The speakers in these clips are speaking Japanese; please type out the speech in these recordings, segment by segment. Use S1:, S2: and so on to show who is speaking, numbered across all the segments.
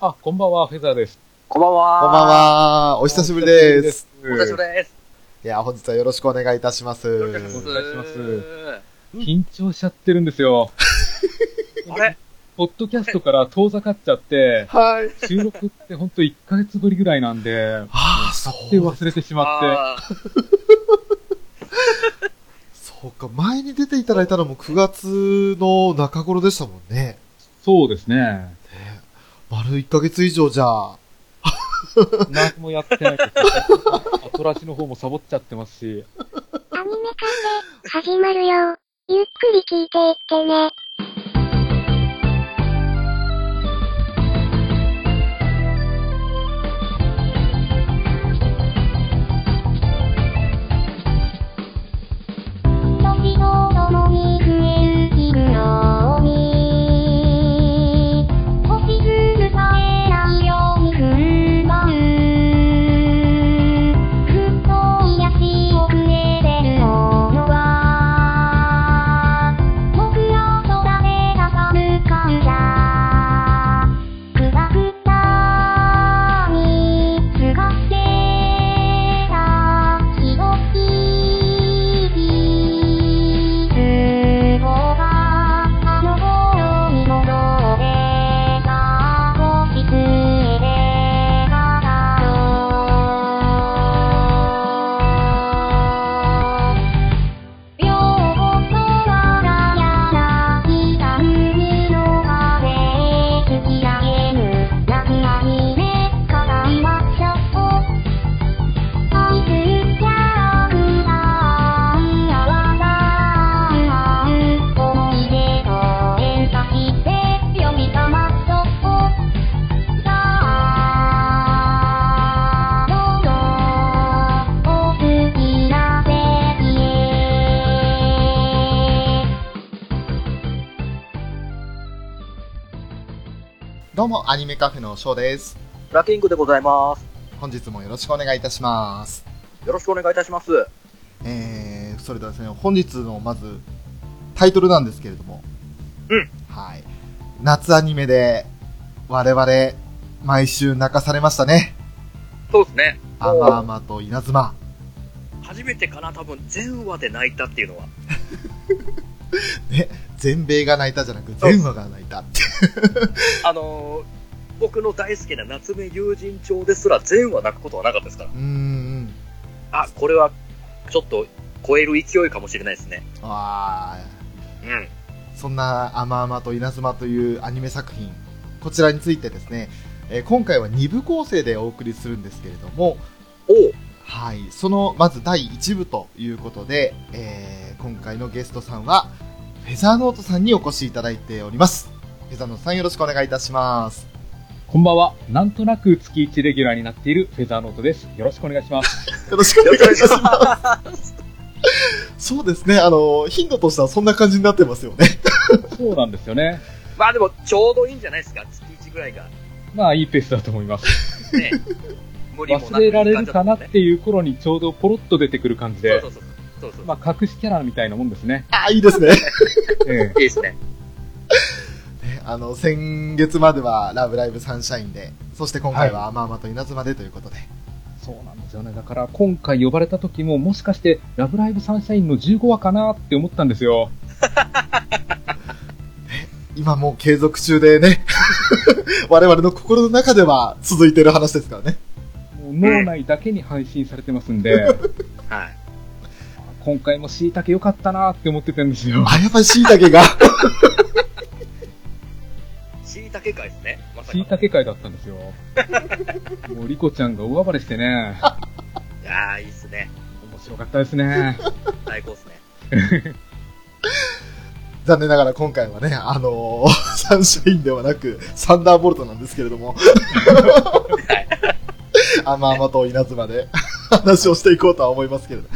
S1: あ、こんばんは、フェザーです。
S2: こんばんは。
S3: こんばん。は。お久しぶりです。
S1: お
S2: お
S1: 久
S2: 久し
S1: し
S2: ぶ
S1: ぶりで
S2: りです。
S3: いや、本日はよろしくお願いいたします。
S2: よろしくお願いしま
S1: お
S2: す。
S1: す。緊張しちゃってるんですよ。
S2: あれ
S1: ポッドキャストから遠ざかっちゃって、
S3: はい。
S1: 収録ってほんと1ヶ月ぶりぐらいなんで、
S3: ああ、そ
S1: で
S3: う。
S1: 忘れてしまって、
S2: あー
S3: そうか。前に出ていただいたのも9月の中頃でしたもんね。
S1: そうですね。
S3: ね丸1ヶ月以上じゃあ。
S1: 何もやってないです。アトラジの方もサボっちゃってますし、
S4: アニメカフェ、始まるよ。ゆっくり聞いていってね。時と共に増える日々のに星つぶされないように踏ん張る。ふっと癒し遅れてるものは僕ら空で挟む感謝くたくたに過ごしてたひどい日々があの頃に戻ってた星つえで語ろう両方空が柳田海の風突き上げる夏アニメから今ちょっと愛するキャラクターやわらか思い出と連鎖して呼び覚まそとさあどうぞお好きな席へ
S3: どうも、アニメカフェのショウです。
S2: ブラッキングでございます。
S3: 本日もよろしくお願いいたします。
S2: よろしくお願いいたします。
S3: えー、それではですね、本日のまず、タイトルなんですけれども。
S2: うん。
S3: はい。夏アニメで、我々、毎週泣かされましたね。
S2: そうですね。
S3: アマアマと稲妻。
S2: 初めてかな、多分、全話で泣いたっていうのは。
S3: 全米が泣いたじゃなく、全話が泣いたって。
S2: あのー、僕の大好きな夏目友人帳ですら全話泣くことはなかったですから。
S3: うーん。
S2: あ、これは、ちょっと、超える勢いかもしれないですね。
S3: わ
S2: うん。
S3: ー。そんな、アマアマと稲妻というアニメ作品、こちらについてですね、えー今回は2部構成でお送りするんですけれども、
S2: おう。
S3: はい。その、まず第1部ということで、えー今回のゲストさんは、フェザーノートさんにお越しいただいております。フェザーノートさんよろしくお願いいたします。
S1: こんばんは。なんとなく月1レギュラーになっているフェザーノートです。よろしくお願いします。
S3: よろしくお
S2: よ
S3: 願い
S2: ろ
S3: い
S2: しくお
S3: た
S2: 願いしま
S3: します。
S2: す。
S3: そうですね。あの、頻度としてはそんな感じになってますよね。
S1: そうなんですよね。
S2: まあでも、ちょうどいいんじゃないですか。月1ぐらいが。
S1: まあ、いいペースだと思います。
S2: ね。無理もな
S1: 忘
S2: くい
S1: れ
S2: い
S1: ら
S2: 感
S1: れ
S2: じだ
S1: るかなっていう頃にちょうどポロッと出てくる感じで
S2: そう、そうそう。そうそう。
S1: まあ、隠しキャラみたいなもんですね。
S3: あ、いいですね。
S1: え
S2: いいですね。
S3: あの、先月まではラブライブサンシャインで、そして今回はアマアマと稲妻でということで。
S1: そうなんですよね。だから今回呼ばれた時も、もしかして、ラブライブサンシャインの15話かなって思ったんですよ。
S3: 今もう継続中でね、 我々の心の中では続いてる話ですからね。
S1: もう脳内だけに配信されてますんで、
S2: はい。
S1: 今回も椎茸良かったなって思ってたんですよ。
S3: あ、やっぱり椎茸が。
S2: 椎茸会ですね。まさかの
S1: 椎茸会だったんですよ。もうリコちゃんが大暴れしてね、
S2: いやー、いいっすね。
S1: 面白かったですね。
S2: 最高っすね。
S3: 残念ながら今回はね、あのー サンシャインではなく、サンダーボルトなんですけれども。あまあまと稲妻で 話をしていこうとは思いますけれど。ね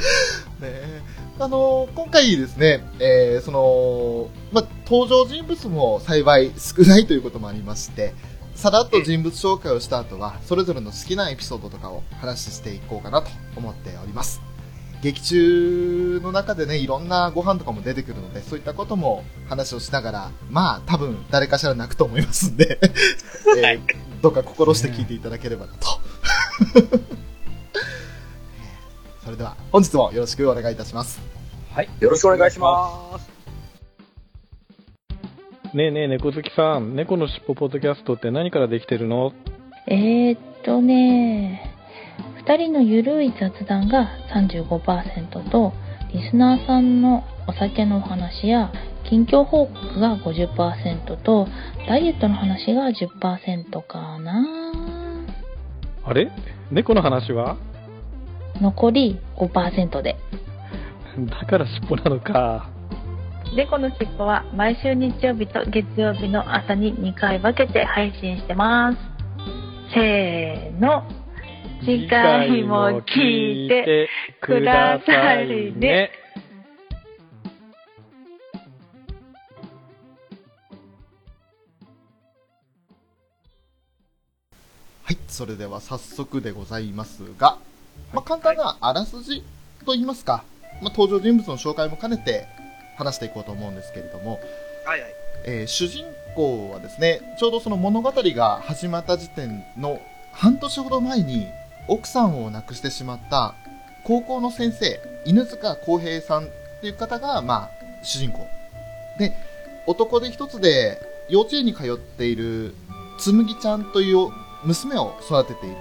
S3: えあのー今回ですね、えーその、まあ、登場人物も幸い少ないということもありまして、さらっと人物紹介をした後は、それぞれの好きなエピソードとかを話していこうかなと思っております。劇中の中でね、いろんなご飯とかも出てくるので、そういったことも話をしながら、まあ、多分誰かしら泣くと思いますんで、えー
S2: はい
S3: どうか心して聞いていただければなと。 それでは、本日もよろしくお願いいたします。
S1: はい。
S2: よろしくお願いします。
S5: ねえねえ、猫好きさん、猫のしっぽポッドキャストって何からできてるの
S6: えー、っとね2人のゆるい雑談が35%とリスナーさんのお酒のお話や近況報告が50%とダイエットの話が10%かな
S5: あれ猫の話は
S6: 残り5%で
S5: だからしっぽなのか。
S6: 猫のしっぽは毎週日曜日と月曜日の朝に2回分けて配信してますせーの次回も聞いてくださいね。
S3: はい、それでは早速でございますが、まあ、簡単なあらすじと言いますか、まあ、登場人物の紹介も兼ねて話していこうと思うんですけれども、
S2: はいはい。
S3: えー主人公はですねちょうどその物語が始まった時点の半年ほど前に奥さんを亡くしてしまった高校の先生犬塚浩平さんっていう方が、まあ、主人公で男で一つで幼稚園に通っているつむぎちゃんという娘を育てているん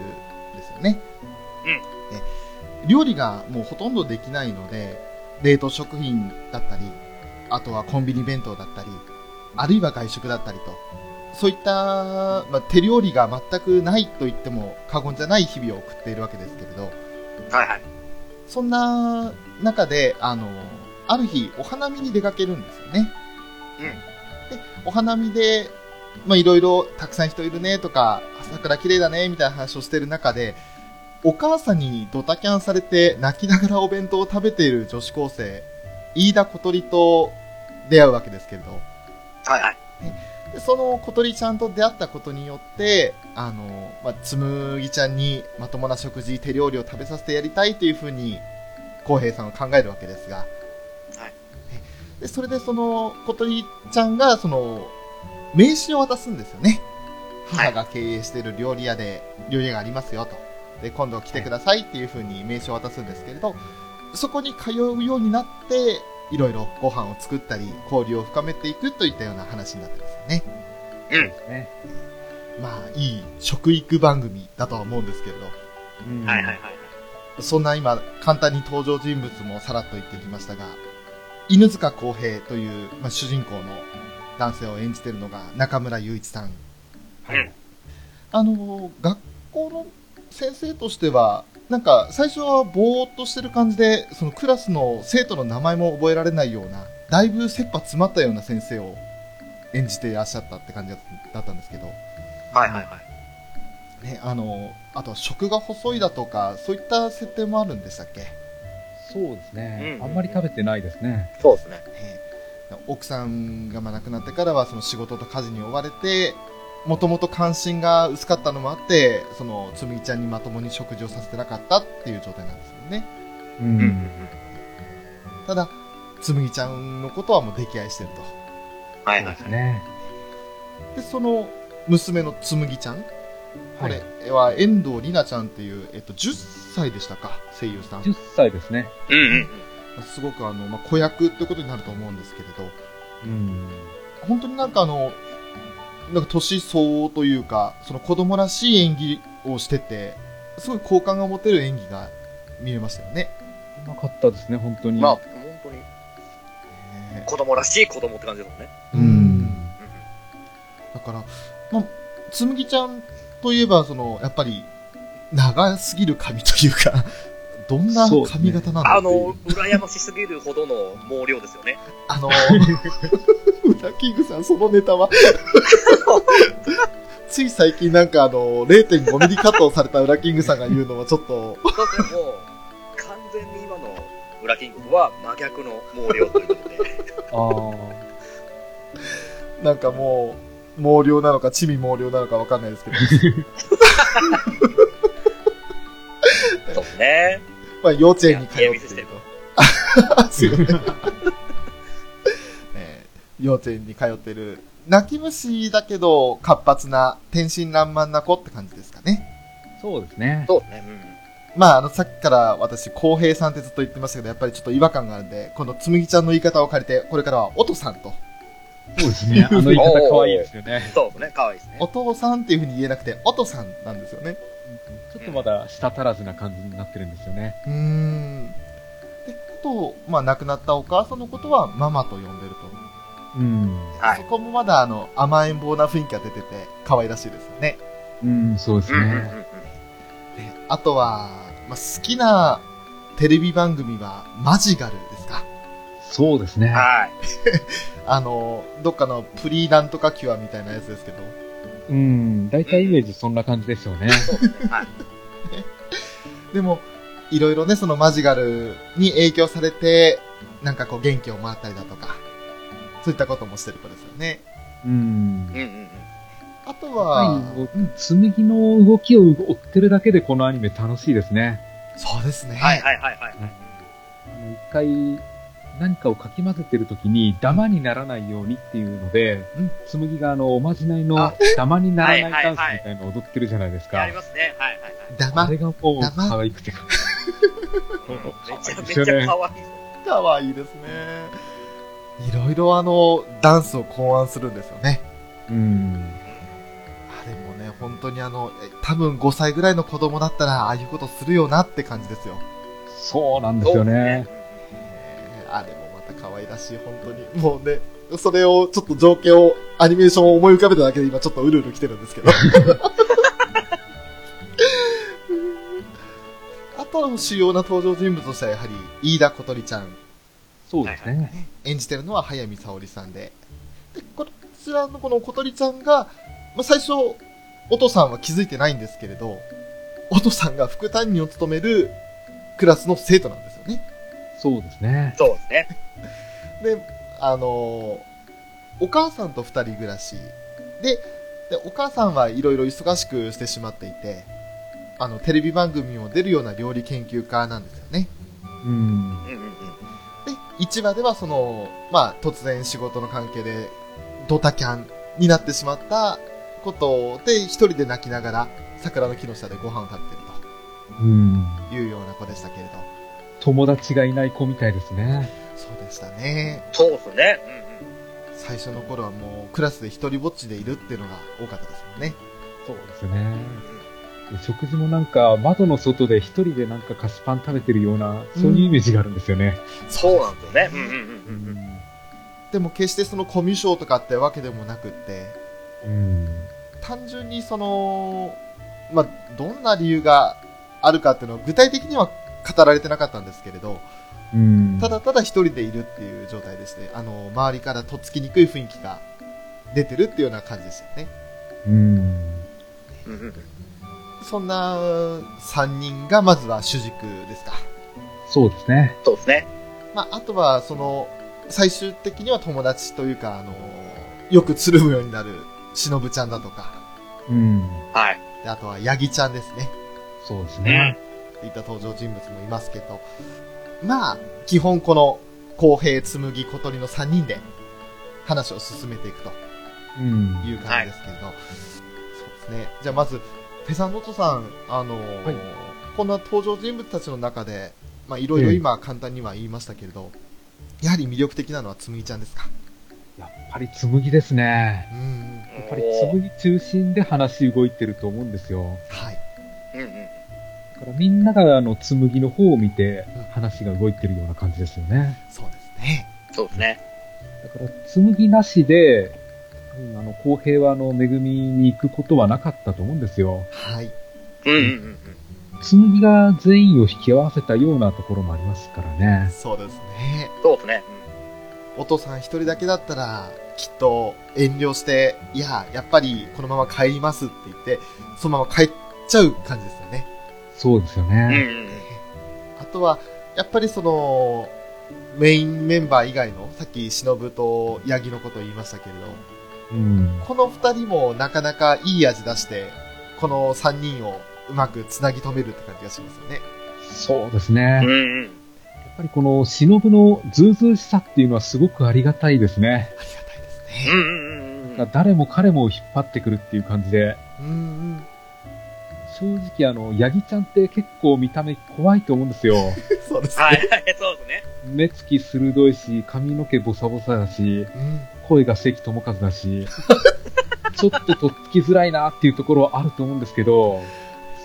S3: ですよね、で料理がもうほとんどできないので冷凍食品だったりあとはコンビニ弁当だったりあるいは外食だったりと、そういった、まあ、手料理が全くないと言っても過言じゃない日々を送っているわけですけれど、
S2: はいはい。
S3: そんな中で、あの、ある日、お花見に出かけるんですよね。で、お花見で、まあ、いろいろ、たくさん人いるねとか、桜綺麗だね、みたいな話をしている中で、お母さんにドタキャンされて泣きながらお弁当を食べている女子高生、飯田小鳥と出会うわけですけれど、
S2: はいはい。
S3: でその小鳥ちゃんと出会ったことによって、あの、まあ、つむぎちゃんにまともな食事、手料理を食べさせてやりたいというふうに、浩平さんは考えるわけですが。
S2: はい
S3: で。で、それでその小鳥ちゃんが、その、名刺を渡すんですよね。
S2: はい
S3: 母が経営している料理屋で、料理屋がありますよと。で、今度来てくださいっていうふうに名刺を渡すんですけれど、そこに通うようになって、いろいろご飯を作ったり、交流を深めていくといったような話になってますよね。
S1: ね。
S3: まあ、いい食育番組だとは思うんですけれど、
S1: うん
S2: はいはいはい。
S3: そんな今、簡単に登場人物もさらっと言ってきましたが、犬塚浩平という、まあ、主人公の男性を演じているのが中村雄一さん。
S2: はい
S3: あの、学校の先生としては、なんか最初はぼーっとしてる感じで、そのクラスの生徒の名前も覚えられないような、だいぶ切羽詰まったような先生を演じていらっしゃったって感じだったんですけど、
S2: はいはいはい。
S3: ね、あの、あとは食が細いだとか、そういった設定もあるんでしたっけ、ね
S1: そうですね
S2: う。ん
S1: あんまり食べてないですね。
S2: そうですね。
S3: 奥さんがまあ亡くなってからは、その仕事と家事に追われて、もともと関心が薄かったのもあって、その、つむぎちゃんにまともに食事をさせてなかったっていう状態なんですよね。
S1: う。
S2: うん
S3: ただ、つむぎちゃんのことはもう溺愛してると。
S2: はい
S1: そう
S2: は
S1: で。
S2: い
S1: すね。
S3: で、その、娘のつむぎちゃん、こ
S1: はい
S3: れ。は遠藤里奈ちゃんっていう、えっと、10歳でしたか、声優さん。
S1: 10歳ですね。
S2: うんうん。
S3: すごくあの、まあ、子役ってことになると思うんですけれど、
S1: うん。
S3: 本当になんかあの、なんか年相応というか、その子供らしい演技をしてて、すごい好感が持てる演技が見れましたよね。
S1: うまかったですね、本当に。
S2: まあ、本当に子供らしい子供って感じですもんね。
S1: う
S3: うんん。だから、まあ、つむぎちゃんといえば、その、やっぱり、長すぎる髪というか、どんな髪型なんだ
S2: あ
S3: っていう
S2: の、羨ましすぎるほどの毛量ですよね。
S3: あ の、ウラキングさん、そのネタ は。つい最近なんかあの、0.5ミリカットをされたウラキングさんが言うのはちょっと、
S2: だってもう、完全に今のウラキングとは真逆の毛量ということで。
S1: あ
S3: なんかもう、毛量なのか、地味毛量なのかわかんないです けど、
S2: そうですね。
S3: まあ幼 稚園に通っていると。あ、すいません。ねえ幼稚園に通ってる、泣き虫だけど活発な、天真爛漫な子って感じですかね。
S1: そうですね。
S2: そうね。うん。
S3: まあ、あの、さっきから私、浩平さんってずっと言ってましたけど、やっぱりちょっと違和感があるんで、このつむぎちゃんの言い方を借りて、これからはおとさんと、
S1: そうですね。あの言い方可愛いですよね。
S2: そうね、可愛いですね。
S3: お父さんっていうふうに言えなくて、おとさんなんですよね。
S1: ちょっとまだ舌足らずな感じになってるんですよね。
S3: うーん。で、あと、まあ、亡くなったお母さんのことは、ママと呼んでると。
S1: うん。
S2: はい
S3: そこもまだ、あの、甘えん坊な雰囲気が出てて、可愛らしいですよね。
S1: うん、そうです
S2: うんうんうん
S1: ね。
S3: であとは、まあ、好きなテレビ番組は、マジガルですか。
S1: そうです
S2: う
S1: ね
S2: ん。。はい。
S3: あの、どっかのプリなんとかキュアみたいなやつですけど、
S1: うん。大体イメージそんな感じですよね。
S2: そうですね。はい。
S3: でも、いろいろね、そのマジガルに影響されて、なんかこう元気をもらったりだとか、そういったこともしてる子ですよね。
S1: うん
S2: うん。うんうん。
S3: あとは、
S1: 紬の動きを追ってるだけでこのアニメ楽しいですね。
S3: そうですね。
S2: はいはいはいはい。
S1: 一回何かをかき混ぜてる時にダマにならないようにっていうので、
S3: うん
S1: 紬があのおまじないの
S3: あ
S1: ダマにならないダンス
S2: はいはいはい
S1: みたいなのを踊ってるじゃないですか。
S2: ありますね。はいはいはい。
S3: だ
S1: あ
S3: ま
S1: れ、がもう
S3: ダマ
S1: 可愛くて。
S2: めちゃめちゃ可愛い。
S3: かわいいですね。いろいろあの、ダンスを考案するんですよね。
S1: うん。
S3: あれもね、本当にあの、え多分5歳ぐらいの子供だったら、ああいうことするよなって感じですよ。
S1: そうなんですよね。。
S3: ねあれもまた可愛らしい、本当に。もうね、それを、ちょっと情景を、アニメーションを思い浮かべただけで今ちょっとうるうる来てるんですけど。 あとの主要な登場人物としてはやはり、飯田小鳥ちゃん。
S1: そうですね。
S3: 演じてるのは早見沙織さんで。で、こちらのこの小鳥ちゃんが、まあ、最初、お父さんは気づいてないんですけれど、お父さんが副担任を務めるクラスの生徒なんですよね。
S1: そうですね。
S2: そうですね。
S3: で、あのーお母さんと二人暮らし。で、でお母さんはいろいろ忙しくしてしまっていて、あの、テレビ番組にも出るような料理研究家なんですよね。
S1: うん。
S2: うんうんうん。
S3: で、1話ではその、まあ、突然仕事の関係で、ドタキャンになってしまったことで、一人で泣きながら、桜の木の下でご飯を食べてる
S1: うん。
S3: というような子でしたけれど。
S1: 友達がいない子みたいですね。
S3: そうでしたね。
S2: そうですね。
S3: 最初の頃はもう、クラスで一人ぼっちでいるっていうのが多かったですもんね。
S1: そうですね。
S2: うんうん。
S1: 食事もなんか窓の外で一人でなんか菓子パン食べてるような、そういうイメージがあるんですよね。
S2: そうなんですよね。うんうん
S1: う
S2: うんうん。
S1: ん。
S3: でも決してそのコミュ障とかってわけでもなくって、
S1: うん。
S3: 単純にその、まあ、どんな理由があるかっていうのは具体的には語られてなかったんですけれど、
S1: うん
S3: ただただ一人でいるっていう状態ですね。あの、周りからとっつきにくい雰囲気が出てるっていうような感じでしたよね。
S1: うん。
S2: うんうんうん。
S3: そんな3人がまずは主軸ですか。
S1: そうですね。
S2: そうですね。
S3: まあ、あとはその、最終的には友達というか、あの、よくつるむようになるしのぶちゃんだとか、
S1: うん。
S2: はい。
S3: であとはヤギちゃんですね。
S1: そうですね。
S3: といった登場人物もいますけど、まあ、基本この、公平、紬、小鳥の3人で話を進めていくと
S1: うん。
S3: いう感じですけれど、そうですね。じゃあまず、ペサンノトさん、あのー
S1: はい
S3: こんな登場人物たちの中で、まあいろいろ今簡単には言いましたけれど、やはり魅力的なのは紬ちゃんですか。
S1: やっぱり紬ですね。
S3: うん。
S1: やっぱり紬中心で話動いてると思うんですよ。
S3: はい。
S2: うんうん。
S1: だからみんながあの紬の方を見て話が動いてるような感じですよね。
S3: そうですね。
S2: そうですね。
S1: だから紬なしで、うんあの、公平はあの、恵みに行くことはなかったと思うんですよ。
S3: はい。
S2: うんうんうん
S1: 紬が全員を引き合わせたようなところもありますからね。
S3: そうですね。
S2: うん。そうですね。
S3: お父さん一人だけだったら、きっと遠慮して、いや、やっぱりこのまま帰りますって言って、そのまま帰っちゃう感じですよね。
S1: そうですよ
S2: うんうん
S1: ね。
S2: うん。
S3: あとは、やっぱりその、メインメンバー以外の、さっき忍と八木のこと言いましたけれ
S1: う
S3: ど、
S1: ん。
S3: この二人もなかなかいい味出して、この三人をうまくつなぎ止めるって感じがしますよね。
S1: そうですね。
S2: うん
S1: やっ
S2: うん。
S1: ぱりこの忍のズうずうしさっていうのはすごくありがたいですね。
S3: ありがたいね。
S2: うんうんうん。
S1: 誰も彼もを引っ張ってくるっていう感じで、
S3: うん
S1: 正直あの、ヤギちゃんって結構見た目怖いと思うんですよ。
S3: うん。そうですね。
S2: はいはい、そうですね。
S1: 目つき鋭いし、髪の毛ボサボサだし、
S3: うん。
S1: 声が関智和だ し、ちょっととっつきづらいなっていうところはあると思うんですけど、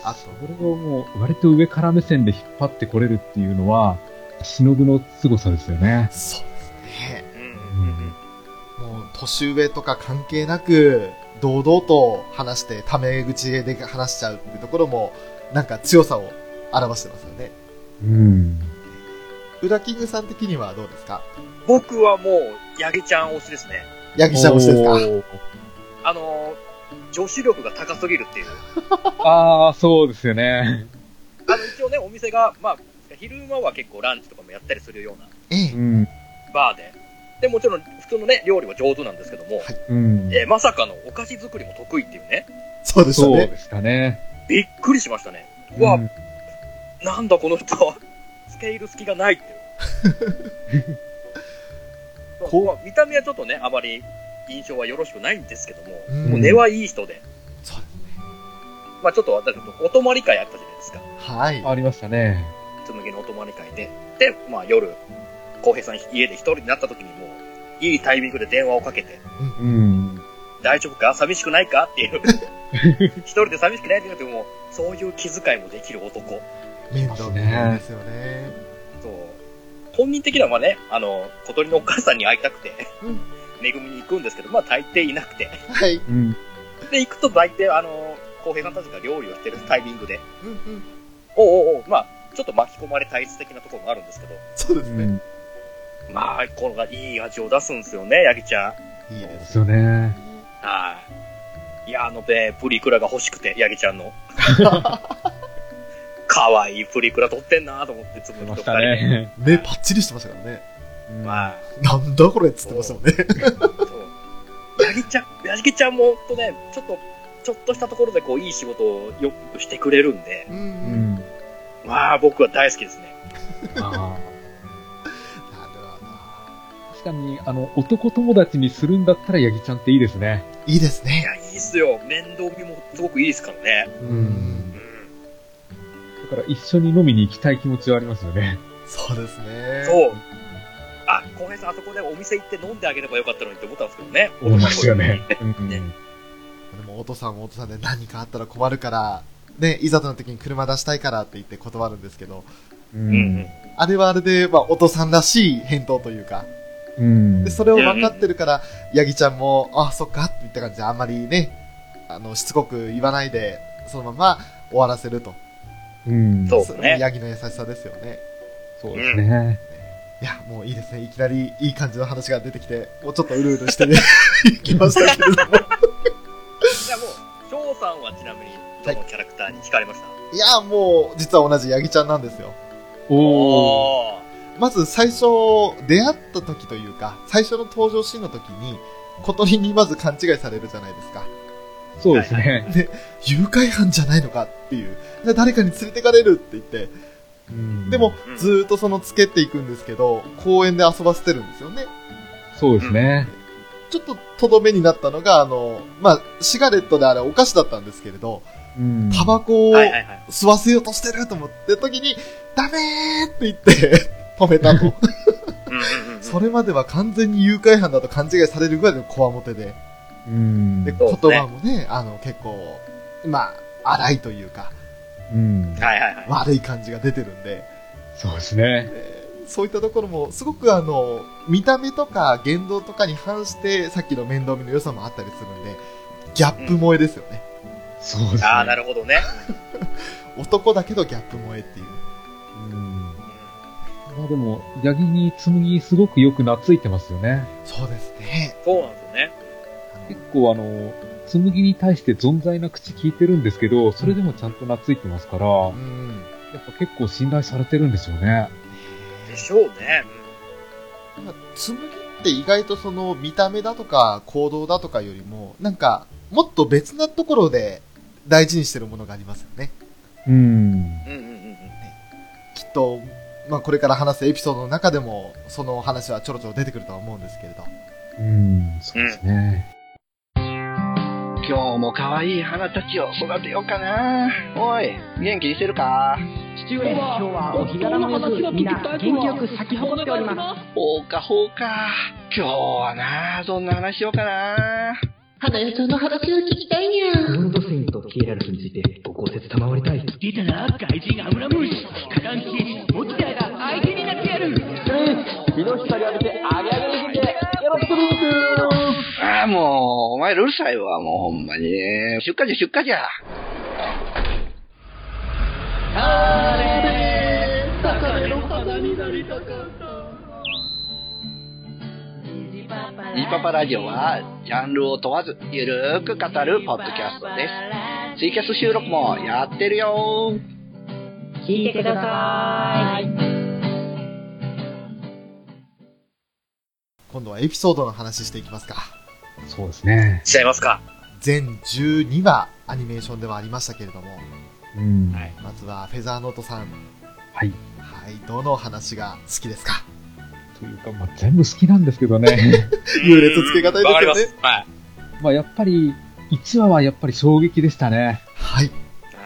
S3: あ
S1: それをもう割と上から目線で引っ張ってこれるっていうのは、忍の凄さですよね。
S3: そうですね。
S2: うんうんうん。
S3: もう、年上とか関係なく、堂々と話して、タメ口で話しちゃうっていうところも、なんか強さを表してますよね。
S1: うん。
S3: ウラキングさん的にはどうですか
S2: 僕はもう、ヤギちゃん推しですね。
S3: ヤギちゃん推しですか
S2: あのー、女子力が高すぎるっていう。
S1: ああ、そうですよね。
S2: あの、一応ね、お店が、まあ、昼間は結構ランチとかもやったりするような
S3: え
S1: う
S3: え。
S1: ん。
S2: バーで。で、もちろん、普通のね、料理は上手なんですけども、
S1: うん。
S2: えーまさかのお菓子作りも得意っていうね、
S3: そうでした
S1: そう
S3: ね。
S1: ですかね。
S2: びっくりしましたね。うわ、
S1: ん
S2: なんだこの人は、 スケール隙がないっていう。そう
S3: こう
S2: まあ見た目はちょっとね、あまり印象はよろしくないんですけども、
S3: うん
S2: もう根はいい人で、
S3: そう
S2: まあちょっと私、お泊まり会あったじゃないですか。
S3: はい。
S1: ありましたね。
S2: 紬のお泊まり会で。で、まあ夜、浩平さん家で一人になった時にもう、いいタイミングで電話をかけて、
S1: うん。
S2: 大丈夫か寂しくないかっていう。一人で寂しくないって言うけども、そういう気遣いもできる男。
S3: 面倒見るんですよね。
S2: そう。本人的にはまあね、あの、小鳥のお母さんに会いたくて、
S3: うん
S2: めぐみに行くんですけど、まあ大抵いなくて。
S3: はい。
S1: うん。
S2: で、行くと大抵、あの、浩平さんたちが料理をしてるタイミングで、
S3: うんうん。
S2: おうおうおう、まあ、ちょっと巻き込まれ体質的なところもあるんですけど、
S3: そうで
S1: う
S3: すね。
S1: ん。
S2: まあ、このがいい味を出すんですよね、ヤギちゃん。
S3: いい
S1: そう
S3: で
S1: ですすよね。
S2: はい。いや、あのね、プリクラが欲しくて、ヤギちゃん の。可愛いプリクラ撮ってんなと思って、つ
S1: 出
S2: ぶ
S1: ま
S2: と
S1: し
S2: 二
S1: た
S2: 人で。
S1: ね。
S3: 目パッチリしてましたからね。
S2: まあ、
S3: なんだこれっつってましたもんね。
S2: そう。ヤギちゃん、ヤギちゃんもほんとね、ちょっと、ちょっとしたところでこう、いい仕事をよくしてくれるんで、
S3: う。
S1: うんん。
S2: まあ、僕は大好きですね。
S1: あ
S3: なるほど。
S1: あ確かに、あの、男友達にするんだったら、ヤギちゃんっていいですね。
S3: いいです
S2: い
S3: ね。
S2: や、いいっすよ。面倒見もすごくいいですからね。
S3: う。
S2: うんん。
S1: だから、一緒に飲みに行きたい気持ちはありますよね。
S3: そうですね。
S2: そう。あ、浩平さん、あそこでお店行って飲んであげればよかったのにって思ったんですけどね。
S1: 思いますよね。うん
S2: ね
S3: でも、お父さんもお父さんで何かあったら困るから、ね、いざとの時に車出したいからって言って断るんですけど、
S1: う
S2: うんうん
S1: ん。。
S3: あれはあれで、まあ、お父さんらしい返答というか、
S1: うん
S3: で、。それを分かってるから、ヤギちゃんも、あ、そっかって言った感じで、あんまりね、あの、しつこく言わないで、そのまま終わらせると。
S1: うん。
S2: そう
S3: れも
S2: ね
S3: ヤギの優しさですよね。
S1: そうですね。
S3: いや、もういいですね。いきなりいい感じの話が出てきて、もうちょっとうるうるしてね、 いきましたけれども。
S2: じゃあもう、翔さんはちなみに、どのキャラクターに惹かれました、
S3: いや、もう、実は同じヤギちゃんなんですよ。
S1: おお。
S2: おー。
S3: まず最初、出会った時というか、最初の登場シーンの時に、小鳥にまず勘違いされるじゃないですか。
S1: そうですね。
S3: 誘拐犯じゃないのかっていう。で誰かに連れてかれるって言って。
S1: うん
S3: でも
S2: う、ん
S3: ずーっとそのつけていくんですけど、公園で遊ばせてるんですよね。
S1: そうですね。
S3: ちょっととどめになったのが、あの、まあ、シガレットであれお菓子だったんですけれど、
S1: うん。
S3: タバコを
S2: はいはいはい。
S3: 吸わせようとしてると思って時に、ダメーって言って、止めた と。
S2: うんうんうん。
S3: それまでは完全に誘拐犯だと勘違いされるぐらいのこわもてで、
S1: うん。
S3: で、
S2: そう
S3: 言
S2: ですね
S3: 葉もね、あの、結構、まあ、荒いというか、
S1: うん。
S2: はいはいはい。
S3: 悪い感じが出てるんで、
S1: そうですね。
S3: えーそういったところも、すごくあの、見た目とか言動とかに反して、さっきの面倒見の良さもあったりするんで、ギャップ萌えですよね。
S1: そうですね。
S2: ああ、なるほどね。
S3: 男だけどギャップ萌えっていう。
S1: うんまあでも、ヤギに紬すごくよく懐いてますよね。
S3: そうですね。
S2: そうなんですよね。
S3: あの
S1: 結構あの、紬に対して存在な口聞いてるんですけど、それでもちゃんと懐いてますから、や
S3: うん。
S1: っぱ結構信頼されてるんですよね。
S2: でしょうね。
S3: なんか紬って意外とその見た目だとか行動だとかよりも、なんか、もっと別なところで大事にしてるものがありますよね。
S1: うん。
S2: うんうんうんうん。
S3: きっと、まあこれから話すエピソードの中でも、その話はちょろちょろ出てくるとは思うんですけれど。
S1: うん、そうですね。
S2: 今日も可愛い花たちを育てようかな。おい、元気にしてるか
S7: 父上、今日はお日柄もよく、みんな元気よく咲き誇っております。
S2: ほうかほうか。今日はな、どんな話しようかな。
S8: 花屋さんの話を聞きたいにゃ。
S7: ゴールドスインとヒエラルキーについてご講説賜りたい。出たな、怪人アムラムシ。火団騎士、モキタイが相手になってやる。
S2: ああ、もう、お前らうるさいわ、もうほんまに。出荷じゃ、出荷じゃ。ニパパラジオは、ジャンルを問わず、ゆるーく語るポッドキャストです。ツイキャス収録もやってるよ
S7: 聞いてください。
S3: 今度はエピソードの話していきますか。
S1: そうですね。
S2: しちゃいますか。
S3: 全12話アニメーションではありましたけれども、
S1: うん。
S2: はい
S3: まずはフェザーノートさん。
S1: はい。
S3: はい、どの話が好きですか
S1: というか、まあ、全部好きなんですけど ね。
S3: 優劣つけ方ですよ
S2: わ
S3: ね
S2: かります。はい。
S1: まあ、やっぱり、1話はやっぱり衝撃でしたね。
S3: はい。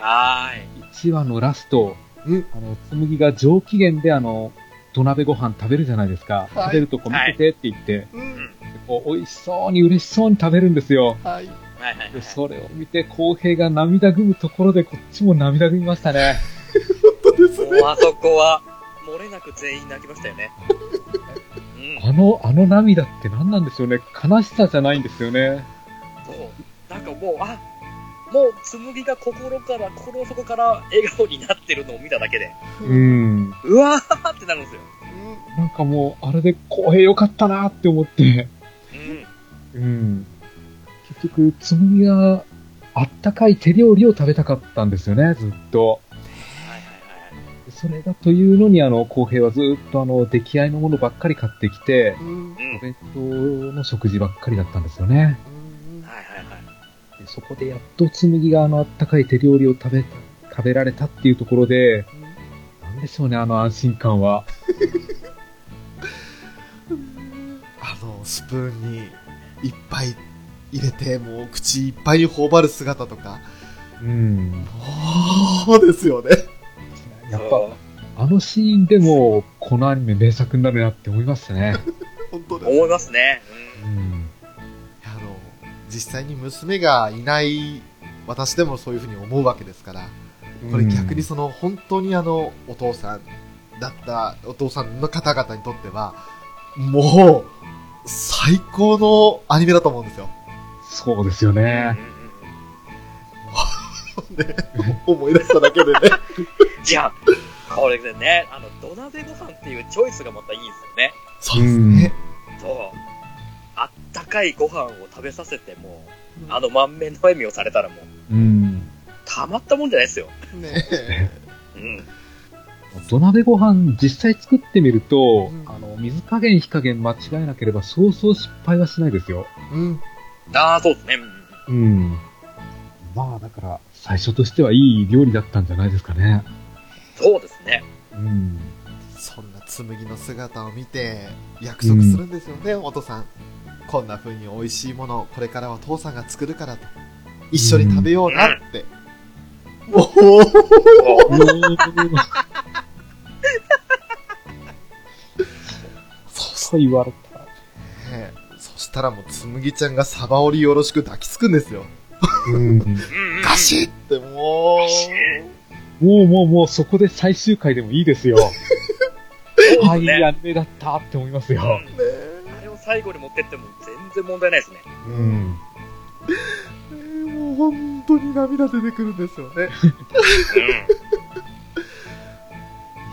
S2: はーい。
S1: 1話のラスト、
S3: うん
S1: あの、つむぎが上機嫌で、あの、土鍋ご飯食べるじゃないですか。
S3: はい
S1: 食べるとこ見せてって言って、
S3: うん。
S1: でこう美味しそうに嬉しそうに食べるんですよ。
S3: はい。
S2: はいはい
S1: でそれを見て、公平が涙ぐむところで、こっちも涙ぐみましたね。
S3: 本当ですね。
S2: もうあそこは、漏れなく全員泣きましたよね。うん、
S1: あの、あの涙って何なんでしょうね。悲しさじゃないんですよね。
S2: そう。なんかもう、あもう、紬が心から、心の底から笑顔になってるのを見ただけで、
S1: うん。
S2: うわーってなるんですよ。
S1: なんかもう、あれで公平良かったなって思って。
S2: うん。
S1: うん。結局、つむぎが、あったかい手料理を食べたかったんですよね、ずっと。
S2: はいはいはい。
S1: それだというのに、あの、公平はずっと、あの、出来合いのものばっかり買ってきて、
S3: うん。
S2: うん
S1: お。弁当の食事ばっかりだったんですよね。
S2: はいはいはい。
S1: でそこでやっと紬があのあったかい手料理を食べ、食べられたっていうところで、なんでしょうね、あの安心感は。
S3: あの、スプーンにいっぱい入れて、もう口いっぱいに頬張る姿とか、
S1: うん。
S3: おーですよね。
S1: やっ
S2: そ
S1: ぱ、あのシーンでも、このアニメ名作になるなって思いましたね。
S3: 本当
S2: う
S3: です。
S2: 思いますね。
S1: うん。
S3: あの、実際に娘がいない私でもそういうふうに思うわけですから、これ逆にその本当にあのお父さんだったお父さんの方々にとってはもう最高のアニメだと思うんですよ。
S1: そうですよ
S2: うん。うん
S1: ね。
S3: で思い出しただけでね。
S2: じゃあ、これでね、あの、土鍋ご飯っていうチョイスがまたいいんですよね。
S3: そうですね。
S2: そう。あったかいご飯を食べさせても、あの満面の笑みをされたらもう、
S1: うん。
S2: たまったもんじゃないですよ。
S3: ねえ
S2: うん。
S1: 土鍋ご飯実際作ってみると、
S3: うん
S1: あの、水加減、火加減間違えなければ、そうそう失敗はしないですよ。
S3: うん。
S2: ああ、そうですね。うん
S1: うん。まあ、だから、最初としてはいい料理だったんじゃないですかね。
S2: そうですね。
S1: うん。
S3: そんな紬の姿を見て約束するんですよね、お父さん。こんな風に美味しいものをこれからは父さんが作るからと。一緒に食べようなって。もう、
S1: そうそう言われたら。
S3: ねえそしたらもう紬ちゃんがサバ折りよろしく抱きつくんですよ。
S1: うん。
S2: うんうん
S3: ガシッっても
S1: もうもうもうそこで最終回でもいいですよ。ああ、いいアニメだったって思いますよ。
S3: う、ね
S2: あれを最後に持ってっても全然問題ないですね。
S1: うん。
S3: え、もう本当に涙出てくるんですよね。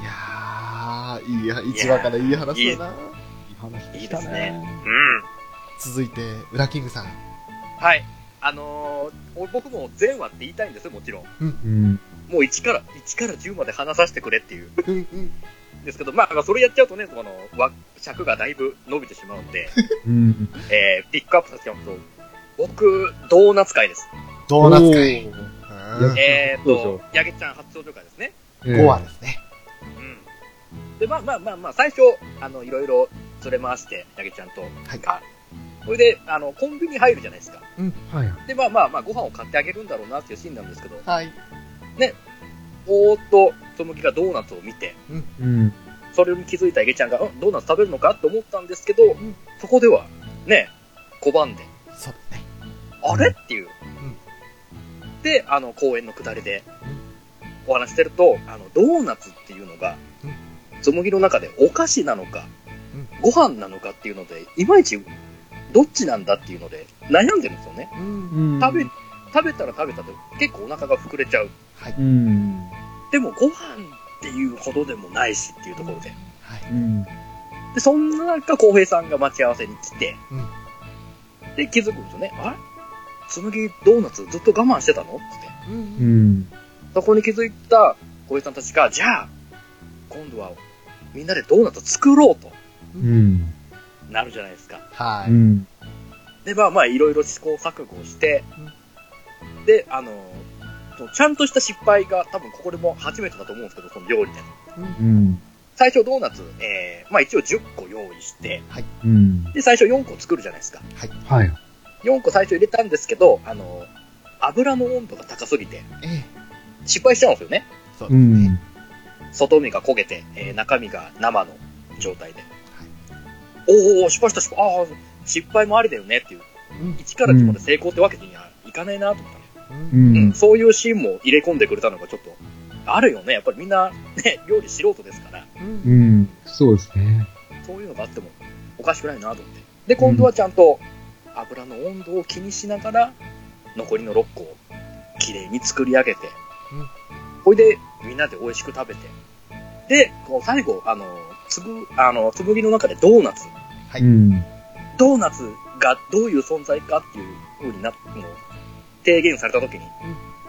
S3: いやー、いいや、一話からいい話だな。
S1: いい話
S2: い
S1: で
S2: い
S1: し
S2: で
S1: た
S2: す
S1: ね。
S2: ね。うん。
S3: 続いて、ウラキングさん。
S2: はい。あのー、僕も全話って言いたいんですよ、もちろん。
S1: うん。
S2: もう1から、1から10まで話させてくれっていう。
S3: うんうん。
S2: ですけど、まあ、まあそれやっちゃうとね、その、わ尺がだいぶ伸びてしまうので、
S1: うん。
S2: えー、ピックアップさせてもらうと、僕、ドーナツ会 です。
S3: ドーナツ会。
S1: ー
S2: えー
S1: どう
S2: と
S1: ぞ、
S2: ヤゲちゃん初登場会ですね。
S3: 5話ですね。
S2: うん。で、まあまあまあまあ、最初、あの、いろいろ連れ回して、ヤゲちゃんと、
S3: はい
S2: あそれで、あの、コンビニ入るじゃないですか。
S1: はいはい。
S2: で、まあまあまあ、ご飯を買ってあげるんだろうなっていうシーンなんですけど、
S3: はい。
S2: おーっと、つむきがドーナツを見て、
S1: うん。
S2: それに気づいたエゲちゃんが、うん、ドーナツ食べるのかと思ったんですけど、そこでは、ね、拒んで、
S3: そうだね。
S2: あれっていう。で、あの、公園の下りで、お話してると、あの、ドーナツっていうのが、つむぎの中でお菓子なのか、ご飯なのかっていうので、いまいち、どっちなんだっていうので、悩んでるんですよね。
S3: うん。
S1: うん
S2: 食べ、食べたら食べたで、結構お腹が膨れちゃう。
S1: うん。
S2: でも、ご飯っていうほどでもないしっていうところで。
S3: はい。
S1: うん。
S2: で、そんな中、浩平さんが待ち合わせに来て、
S3: うん
S2: で、気づくんですよね。あれ紬ドーナツずっと我慢してたのって。
S3: う。
S1: うんん。
S2: そこに気づいた浩平さんたちが、じゃあ、今度はみんなでドーナツ作ろうと
S1: うん。
S2: なるじゃないですか。
S3: は
S1: う
S3: い。
S1: ん。
S2: で、まあまあ、いろいろ試行錯誤して、で、あの、ちゃんとした失敗が多分ここでも初めてだと思うんですけど、この料理で。
S1: うん。
S2: 最初ドーナツ、えー、まあ一応10個用意して、
S1: うん。
S2: で、最初4個作るじゃないですか。
S1: はい。
S2: 4個最初入れたんですけど、あの、油の温度が高すぎて、
S3: ええ。
S2: 失敗しちゃうんですよね。
S3: そう
S1: う
S3: ですね。
S1: ん。
S2: 外身が焦げて、えー中身が生の状態で。おーおー、失敗した、失敗、ああ、失敗もありだよねっていう。
S3: うん
S2: 一から十まで成功ってわけにはいかないなと思ったね。
S3: う。
S1: うん
S2: うん、
S1: ん。
S2: そういうシーンも入れ込んでくれたのがちょっと、あるよね。やっぱりみんな、ね、料理素人ですから、
S3: うん
S1: うん。そうですね。
S2: そういうのがあってもおかしくないなと思って。で、今度はちゃんと油の温度を気にしながら、残りの6個を綺麗に作り上げて
S3: うん、
S2: ほいで、みんなで美味しく食べて、で、こう最後、あの、つぶ、あの、つぶぎの中でドーナツ、
S1: うん。
S2: ドーナツがどういう存在かっていう風になっもう提言された時に、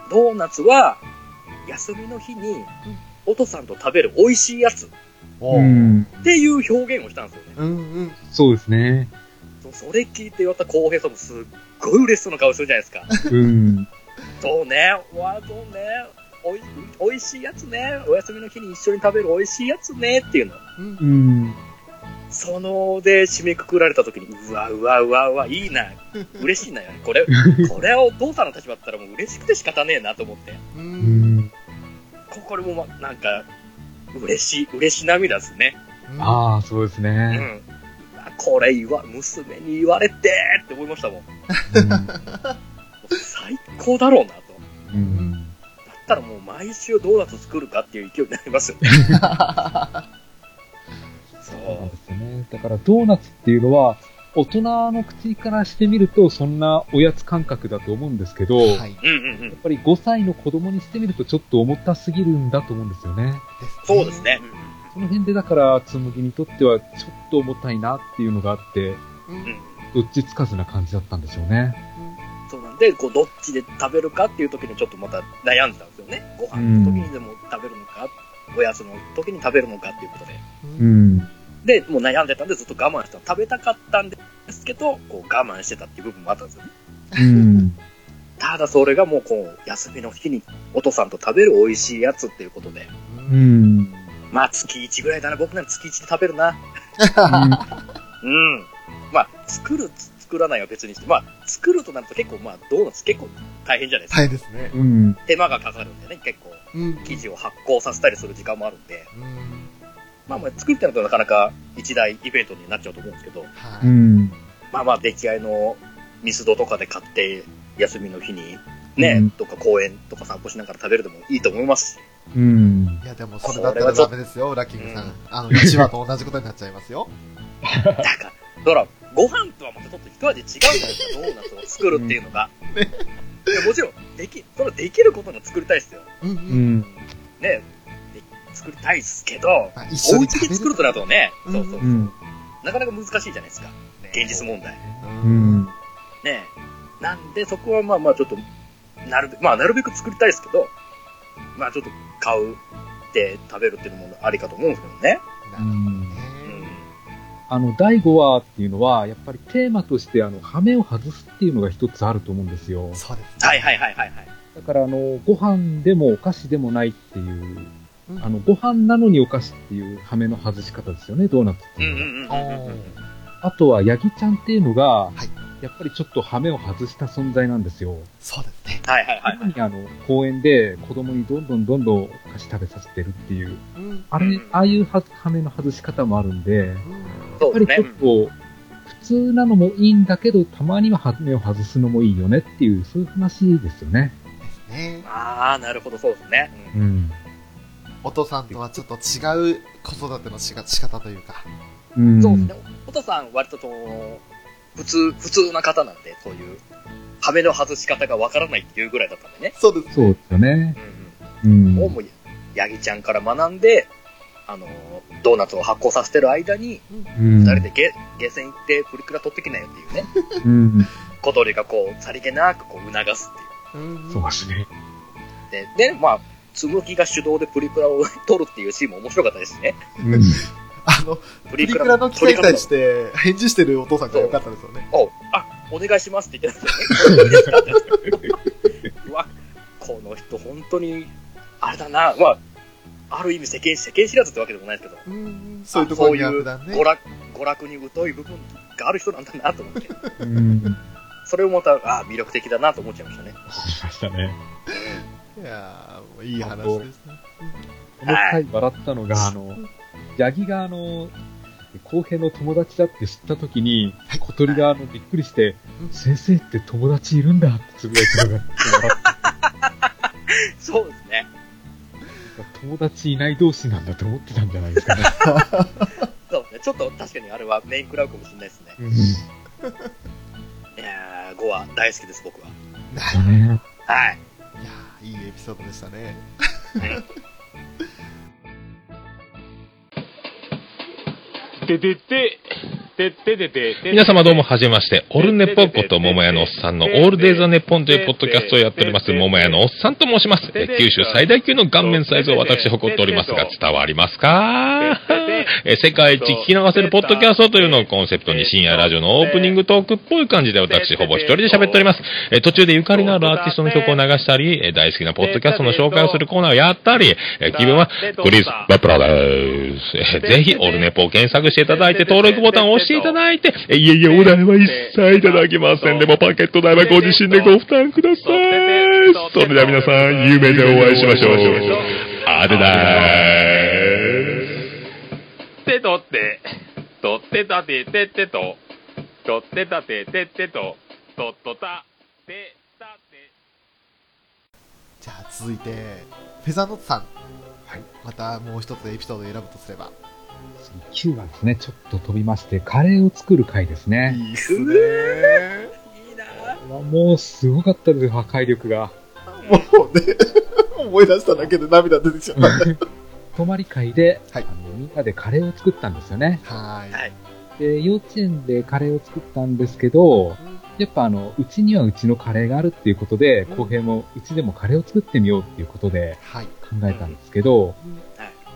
S2: ドーナツは休みの日にお父さんと食べる美味しいやつっ
S3: お
S1: う
S3: うん。
S1: ん。
S2: ていう表現をしたんですよね。
S3: うん。
S1: そうですね。
S2: そうそれ聞いてまた浩平さんもすっごい嬉しそうな顔してるじゃないですか。
S1: うん。
S2: そうね、わそうね、おい美味しいやつね、お休みの日に一緒に食べる美味しいやつねっていうの。
S3: うん
S1: う。ん。
S2: そので締めくくられた時に、うわうわうわうわ、いいな、嬉しいなよ、これ、これはお父さんの立場だったらもう嬉しくて仕方ねえなと思って、
S3: う。
S1: うんん。
S2: ここれもまなんか、嬉しい、嬉し涙ですね。
S3: あ。
S1: ああ、そうです
S2: うん。
S1: ね。
S2: うわこれ言わ、娘に言われてって思いましたもん。最高だろうなと。
S1: うん。
S2: だったらもう毎週ドーナツ作るかっていう勢いになりますよね。そ
S1: そうなんで
S2: う。
S1: すよね。だからドーナツっていうのは、大人の口からしてみると、そんなおやつ感覚だと思うんですけど、
S3: は
S1: やっ
S3: い。
S2: うんうんうん。
S1: ぱり5歳の子供にしてみると、ちょっと重たすぎるんだと思うんですよね。
S2: そうです。ね。
S1: その辺で、だから、つむぎにとっては、ちょっと重たいなっていうのがあって、
S3: う
S2: うん
S3: ん。
S1: どっちつかずな感じだったんでしょうね。
S2: そうなんで、こう、どっちで食べるかっていう時にちょっとまた悩んでたんですよね。ご飯の時にでも食べるのか、おやつの時に食べるのかっていうこと
S1: うん。
S2: で。で、もう悩んでたんでずっと我慢した。食べたかったんですけど、こう我慢してたっていう部分もあったんですよね。
S1: うん。
S2: ただそれがもうこう、休みの日にお父さんと食べる美味しいやつっていうことで、
S1: うん。
S2: まあ月1ぐらいだな、僕なら月1で食べるな。
S1: あ
S2: うん。まあ、作る、作らないは別にして、まあ、作るとなると結構、まあ、ドーナツ結構大変じゃないですか。
S3: 大変ですね。
S1: うん。
S2: 手間がかかるんでね、結構。
S3: うん。
S2: 生地を発酵させたりする時間もあるんで、
S3: うん。
S2: まあまあ、作るってなるとなかなか一大イベントになっちゃうと思うんですけど、
S3: は
S1: う
S3: い。
S1: ん。
S2: まあまあ、出来合いのミスドとかで買って、休みの日に、ね、
S1: うん
S2: とか公園とか散歩しながら食べるでもいいと思いますし、
S1: うん。
S3: いや、でもそれだったらダメですよ、ラッキングさん。あの、1話と同じことになっちゃいますよ。
S2: だから、だから、ご飯とはまたちょっと一味違うじゃないですか、ドーナツを作るっていうのが。いやもちろん、でき、それはできることの作りたいですよ。
S3: うん。う。
S1: うんん。
S2: ね、で作りたいですけど、
S3: まあ、一
S2: お
S3: 緒に
S2: 家で作るとなるとね、
S3: うん
S2: そうそう
S1: う、ん。
S2: なかなか難しいじゃないですか、現実問題。
S1: う
S3: うん。
S1: ん。
S2: ねなんで、そこはまあまあちょっと、なるべく、まあなるべく作りたいですけど、まあちょっと買うって食べるっていうのもありかと思うんですけどね。うん。
S1: あの、第5話っていうのは、やっぱりテーマとして、あの、羽目を外すっていうのが一つあると思うんですよ。
S3: そうです。
S2: はいはいはいはいはい。
S1: だから、あの、ご飯でもお菓子でもないっていう、
S3: うん
S1: あの、ご飯なのにお菓子っていう羽目の外し方ですよね、ドーナツって
S2: うん
S1: いうのは
S2: うんうんうんうんうん。
S1: あとは、ヤギちゃんっていうのが、
S3: い
S1: やっぱりちょっと羽目を外した存在なんですよ。
S3: そうですね。
S2: はいはいはい。
S1: 特にあの、公園で子供にどんどんどんどんお菓子食べさせてるっていう、
S3: うん。
S1: あれ、ああいうは羽目の外し方もあるんで、や
S2: そ
S1: っぱ
S2: う
S1: りち
S2: です
S1: ょっ
S2: ね。
S1: と、普通なのもいいんだけど、たまには羽目を外すのもいいよねっていう、そういう話ですよね。
S3: ね
S2: ああ、なるほど、そうですね。うん
S1: うん。
S3: お父さんとはちょっと違う子育てのしが仕方というか。
S1: うん。
S2: そうですね。お父さん、割とその、普通、普通な方なんで、そういう、壁の外し方がわからないっていうぐらいだったんでね。
S3: そうです。
S1: そうですよね。
S2: うん
S1: う。
S2: うんん。もうもう、ヤギちゃんから学んで、あの、ドーナツを発酵させてる間に、
S1: うん
S2: 二人でゲ、ゲーセン行ってプリクラ取ってきなよっていうね、
S1: うん。
S2: 小鳥がこう、さりげなくこう促す
S3: うん
S1: そうですね。
S2: っていう。で、で、まあ、つむきが手動でプリクラを取るっていうシーンも面白かったですしね。
S1: うん。
S3: あの、
S2: プ
S3: プリクラの機械に
S2: 取
S3: 対
S2: り
S3: し
S2: 方
S3: て返事してるお父さんが良かったですよね。
S2: おあ、お願いしますって言ってたんですよね。 うわ、この人本当に、あれだな、まあ、ある意味世間、世間知らずってわけでもないですけど、
S3: うん。そういうところにあるだ
S2: 娯
S3: ね。
S2: 楽、娯楽に疎い部分がある人なんだなと思って、
S1: うん。
S2: それをまた、あ魅力的だなと思っちゃいましたね。
S1: しましたね。
S3: いやーもういい話ですね。
S1: この回笑ったのが、あの、ヤギがあの、公平の友達だって知ったときに、小鳥があのびっくりして、先生って友達いるんだってつぶやいてるのが、笑っ
S2: そうですね。
S1: た友達いない同士なんだと思ってたんじゃないですかね。
S2: そうですね。ちょっと確かにあれはメインクラウかもしれないですね。
S1: うん。
S2: いやー、5話大好きです、僕は。
S1: だね。
S2: はい。
S3: いやーいいエピソードでしたね。
S9: ててて、てててて、
S10: 皆様どうもはじめまして、オルネポンこと桃屋のおっさんのオールデイザネッポンというポッドキャストをやっております桃屋のおっさんと申します。え九州最大級の顔面サイズを私誇っておりますが伝わりますかえ世界一聞き流せるポッドキャストというのをコンセプトに深夜ラジオのオープニングトークっぽい感じで私ほぼ一人で喋っております。え途中でゆかりのあるアーティストの曲を流したり、え大好きなポッドキャストの紹介をするコーナーをやったり、え気分はクリス・バプラです。えぜひオルネポを検索していただいて登録ボタンを押していただいて、えいえいえお代は一切いただきません。でもパケット代はご自身でご負担ください。それでは皆さん、夢でお会いしましょう。あれだーす。
S9: てとって、とってたてててと、とってたてててと、とっとた、てたて。
S3: じゃあ続いて、フェザーノットさん。
S1: はい。
S3: またもう一つエピソードを選ぶとすれば。
S1: 次9話ですね。ちょっと飛びまして、カレーを作る回ですね。
S3: いいっす
S2: いい
S3: ね
S2: なー。
S1: もうすごかったですよ、破壊力 が。
S3: もうね、思い出しただけで涙出てきちゃった。
S1: 泊まり会で、
S3: はい
S1: あのみんなでカレーを作ったんですよね。
S3: はーい。
S2: はい
S1: で、幼稚園でカレーを作ったんですけど、やっぱあの、うちにはうちのカレーがあるっていうことで、
S3: うん
S1: 浩平もうちでもカレーを作ってみようっていうことで
S3: はい。
S1: 考えたんですけど、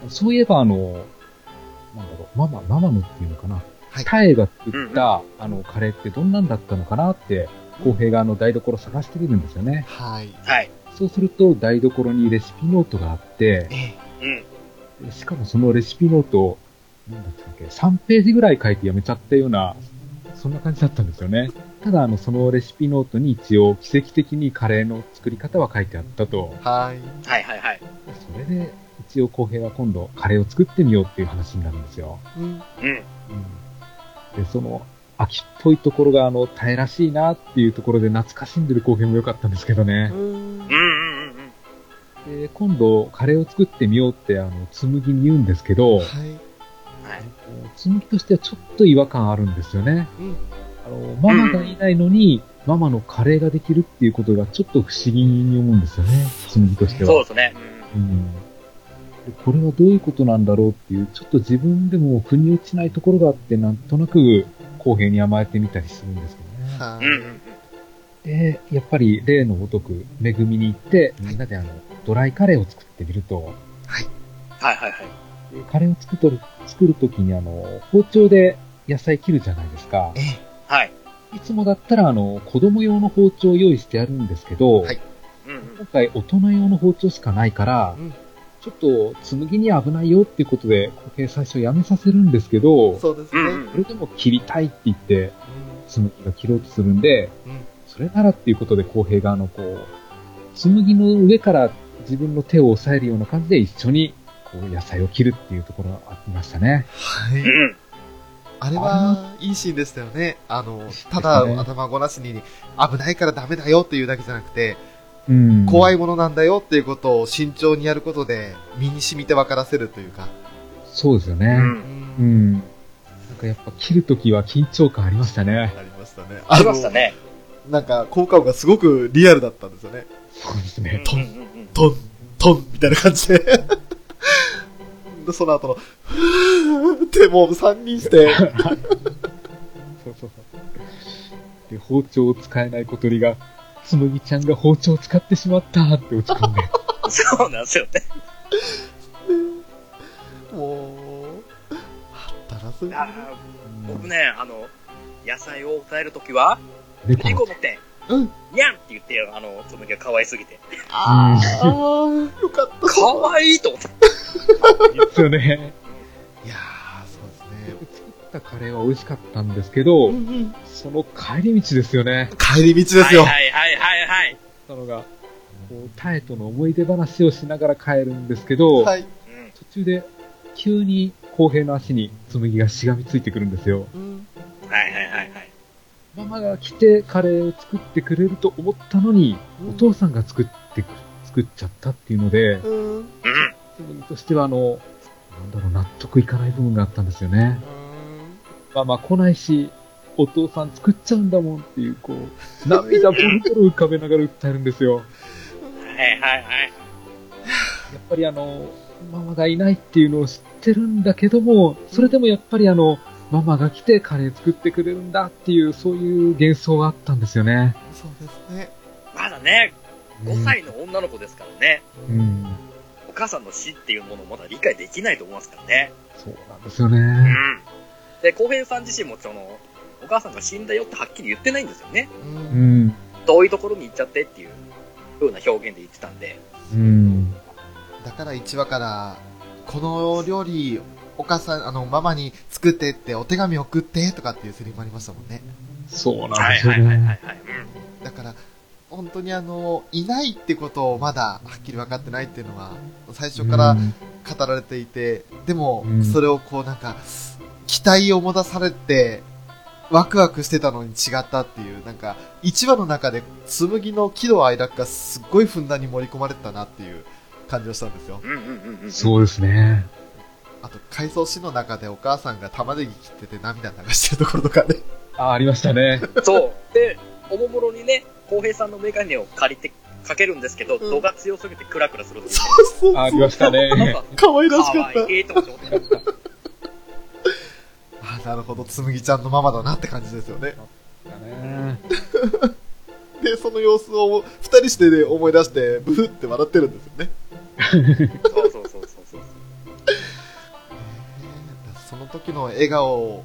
S1: そういえばあの、なんだろう、ママ、ママのっていうのかな。
S3: はい
S1: タエが作った、あの、カレーってどんなんだったのかなって、浩平があの、台所探してみるんですよね。
S3: はい。
S2: はい。
S1: そうすると、台所にレシピノートがあって、
S3: え
S2: うん。
S1: しかもそのレシピノートを、なんだったっけ、3ページぐらい書いてやめちゃったような、そんな感じだったんですよね。ただ、あの、そのレシピノートに一応、奇跡的にカレーの作り方は書いてあったと。
S3: はい。
S2: はいはいはい。
S1: それで、一応、浩平は今度、カレーを作ってみようっていう話になるんですよ。
S3: うん。
S2: うん。
S1: で、その、秋っぽいところが、あの、タエらしいなっていうところで、懐かしんでる浩平も良かったんですけどね。
S2: うんうんうんうん。
S1: で、今度、カレーを作ってみようって、あの、紬に言うんですけど、
S3: はい。
S2: はい。
S1: 紬としてはちょっと違和感あるんですよね。
S3: うん
S1: あのママがいないのに、ママのカレーができるっていうことがちょっと不思議に思うんですよね、紬としては。
S2: そうですね。うん
S1: うんでこれはどういうことなんだろうっていう、ちょっと自分でも腑に落ちないところがあって、なんとなく公平に甘えてみたりするんですけどね。
S3: は
S2: うんうんうん。
S1: で、やっぱり例のごとく、恵みに行って、みんなであの、ドライカレーを作ってみると、
S2: はいはいはい。
S1: でカレーを作っとる作るときにあの、包丁で野菜切るじゃないですか。
S2: はい。
S1: いつもだったら、あの、子供用の包丁を用意してあるんですけど、
S3: はい
S2: うんうん。
S1: 今回大人用の包丁しかないから、
S3: うん
S1: ちょちょっと、紬には危ないよっていうことで、固形最初やめさせるんですけど、
S3: そうですね。
S1: それでも切りたいって言って、紬が切ろうとするんで、それならっていうことで公平が、あの、こう、紬の上から自分の手を押さえるような感じで一緒に、こう、野菜を切るっていうところがありましたね。
S3: はい。あれは、いいシーンでしたよね。あの、ただ頭ごなしに、危ないからダメだよっていうだけじゃなくて、
S1: うん。
S3: 怖
S1: い。
S3: いものなんだよっていうことを慎重にやることで、身に染みて分からせるというか。
S1: そうですよね。うん。なんかやっぱ切るときは緊張感ありましたね。
S3: ありましたね。
S2: ありましたね。
S3: の。なんか、効果音がすごくリアルだったんですよね。
S1: そうです
S2: うん
S1: ね。
S2: うんうんうん
S3: トン、トン、みたいな感じで。 で、その後の、ふーってもう3人して、
S1: そうそうそう。で、包丁を使えない小鳥が、つむぎちゃんが包丁を使ってしまったって落ち込ん で。
S2: そうなんですよね。
S3: もう、あったらすごい。
S2: あー僕ね、あの、野菜を抑えるときは、
S1: 猫
S2: 猫
S1: の
S2: の手、
S3: うん。
S2: にゃんって言ってよ、あの、つむぎが可愛すぎて。
S3: ああ、よかった。
S2: 可愛いと思って。
S1: 手ですよね。
S3: いやー、そうですね。
S1: 作ったカレーは美味しかったんですけど、その帰り道ですよね。
S3: 帰り道ですよ。
S2: はいはいはいはいはい。
S1: なのが、こう、タエとの思い出話をしながら帰るんですけど、
S3: はい。
S2: うん
S1: 途中で、急に、公平の足に、つむぎがしがみついてくるんですよ。
S3: うん
S2: はいはいはいはい。
S1: ママが来てカレーを作ってくれると思ったのに、お父さんが作ってく、作っちゃったっていうので、
S3: うん。
S2: うん。
S1: つむぎとしては、あの、なんだろう、納得いかない部分があったんですよね。ママ来ないし、お父さん作っちゃうんだもんっていう、こう、涙ボロボロ浮かべながら訴えるんですよ。
S2: はいはいは
S1: や
S2: い。
S1: っぱりあの、ママがいないっていうのを知ってるんだけども、それでもやっぱりあの、ママが来てカレー作ってくれるんだっていう、そういう幻想があったんですよね。
S3: そうですね。
S2: まだね、5歳の女の子ですからね、
S1: うん。
S2: お母さんの死っていうものをまだ理解できないと思いますからね。
S1: そうなんですよ
S2: う
S1: ね。
S2: ん。で、浩平さん自身もその、お母さんが死んだよってはっきり言ってないんですよね。
S3: う。
S1: うんん。
S2: 遠いところに行っちゃってっていう風な表現で言ってたんで。
S1: うん。
S3: だから1話から、この料理、お母さん、あの、ママに作ってって、お手紙送ってとかっていうセリフもありましたもんね。
S1: そうなん
S2: は
S1: で
S2: い
S1: すよ
S2: はいはいはい、は
S1: ね。
S2: い。うん
S3: だから、本当にあの、いないってことをまだはっきり分かってないっていうのは、最初から
S1: うん
S3: 語られていて、でも
S1: う、ん
S3: それをこうなんか、期待を持たされて、ワクワクしてたのに違ったっていう、なんか、1話の中で、紬の喜怒哀楽がすっごいふんだんに盛り込まれてたなっていう感じがしたんですよ。
S2: うんうんうんうん。
S1: そうですね。
S3: あと、回想シーンの中でお母さんが玉ねぎ切ってて涙流してるところとかね。
S1: あ、ありましたね。
S2: そう。で、おもむろにね、浩平さんのメガネを借りてかけるんですけど、
S3: ん
S2: 度が強すぎてクラクラす るという。
S3: そう
S1: あありましたね。
S3: 可愛らし
S2: か
S3: かっ
S2: わ
S3: た。
S2: いいと思って。
S3: あ、なるほど、つむぎちゃんのママだなって感じですよね。で、その様子を二人して、ね、思い出して、ブフって笑ってるんですよね。
S2: そうそうそうそうそう。
S3: その時の笑顔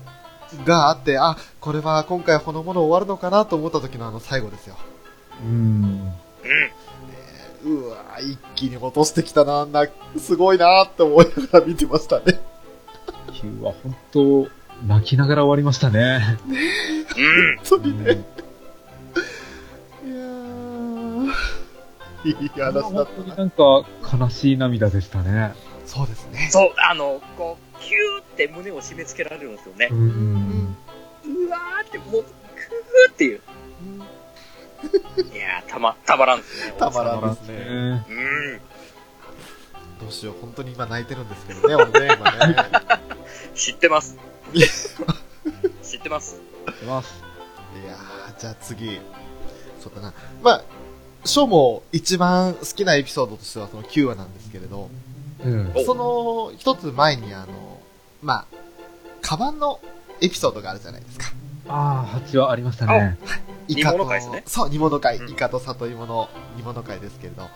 S3: があって、あ、これは今回ほのもの終わるのかなと思った時のあの最後ですよ。
S1: うん。
S3: うわ一気に落としてきたな、あんな、すごいなって思いながら見てましたね。
S1: Q は本当、泣きながら終わりましたね。
S2: うん。
S3: 本当にね。いやー、いい話だ
S1: 本
S3: っ
S1: 当に
S3: たな。
S1: なんか悲しい涙でしたね。
S3: そうですね。
S2: そう、あの、こう、キューって胸を締め付けられるんですよね
S1: う。ん。
S2: うわーって、もう、クーっていう。いやー、たま、たまらんですね。
S3: たまらんですね。
S1: ね
S2: うん。
S3: どうしよう、本当に今泣いてるんですけどね、俺ね、今ね。
S2: 知って ます。知ってます。
S1: ます。
S3: いやー、じゃあ次。そうだな。まあ、ショーも一番好きなエピソードとしてはその9話なんですけれど、
S1: うん。
S2: お
S3: その一つ前にあの、まあ、カバンのエピソードがあるじゃないですか。
S1: ああ、8はありましたね。
S3: イカと、
S2: 煮物会ですね
S3: そう、煮物会、
S2: うん
S3: イカと里芋の煮物会ですけれど、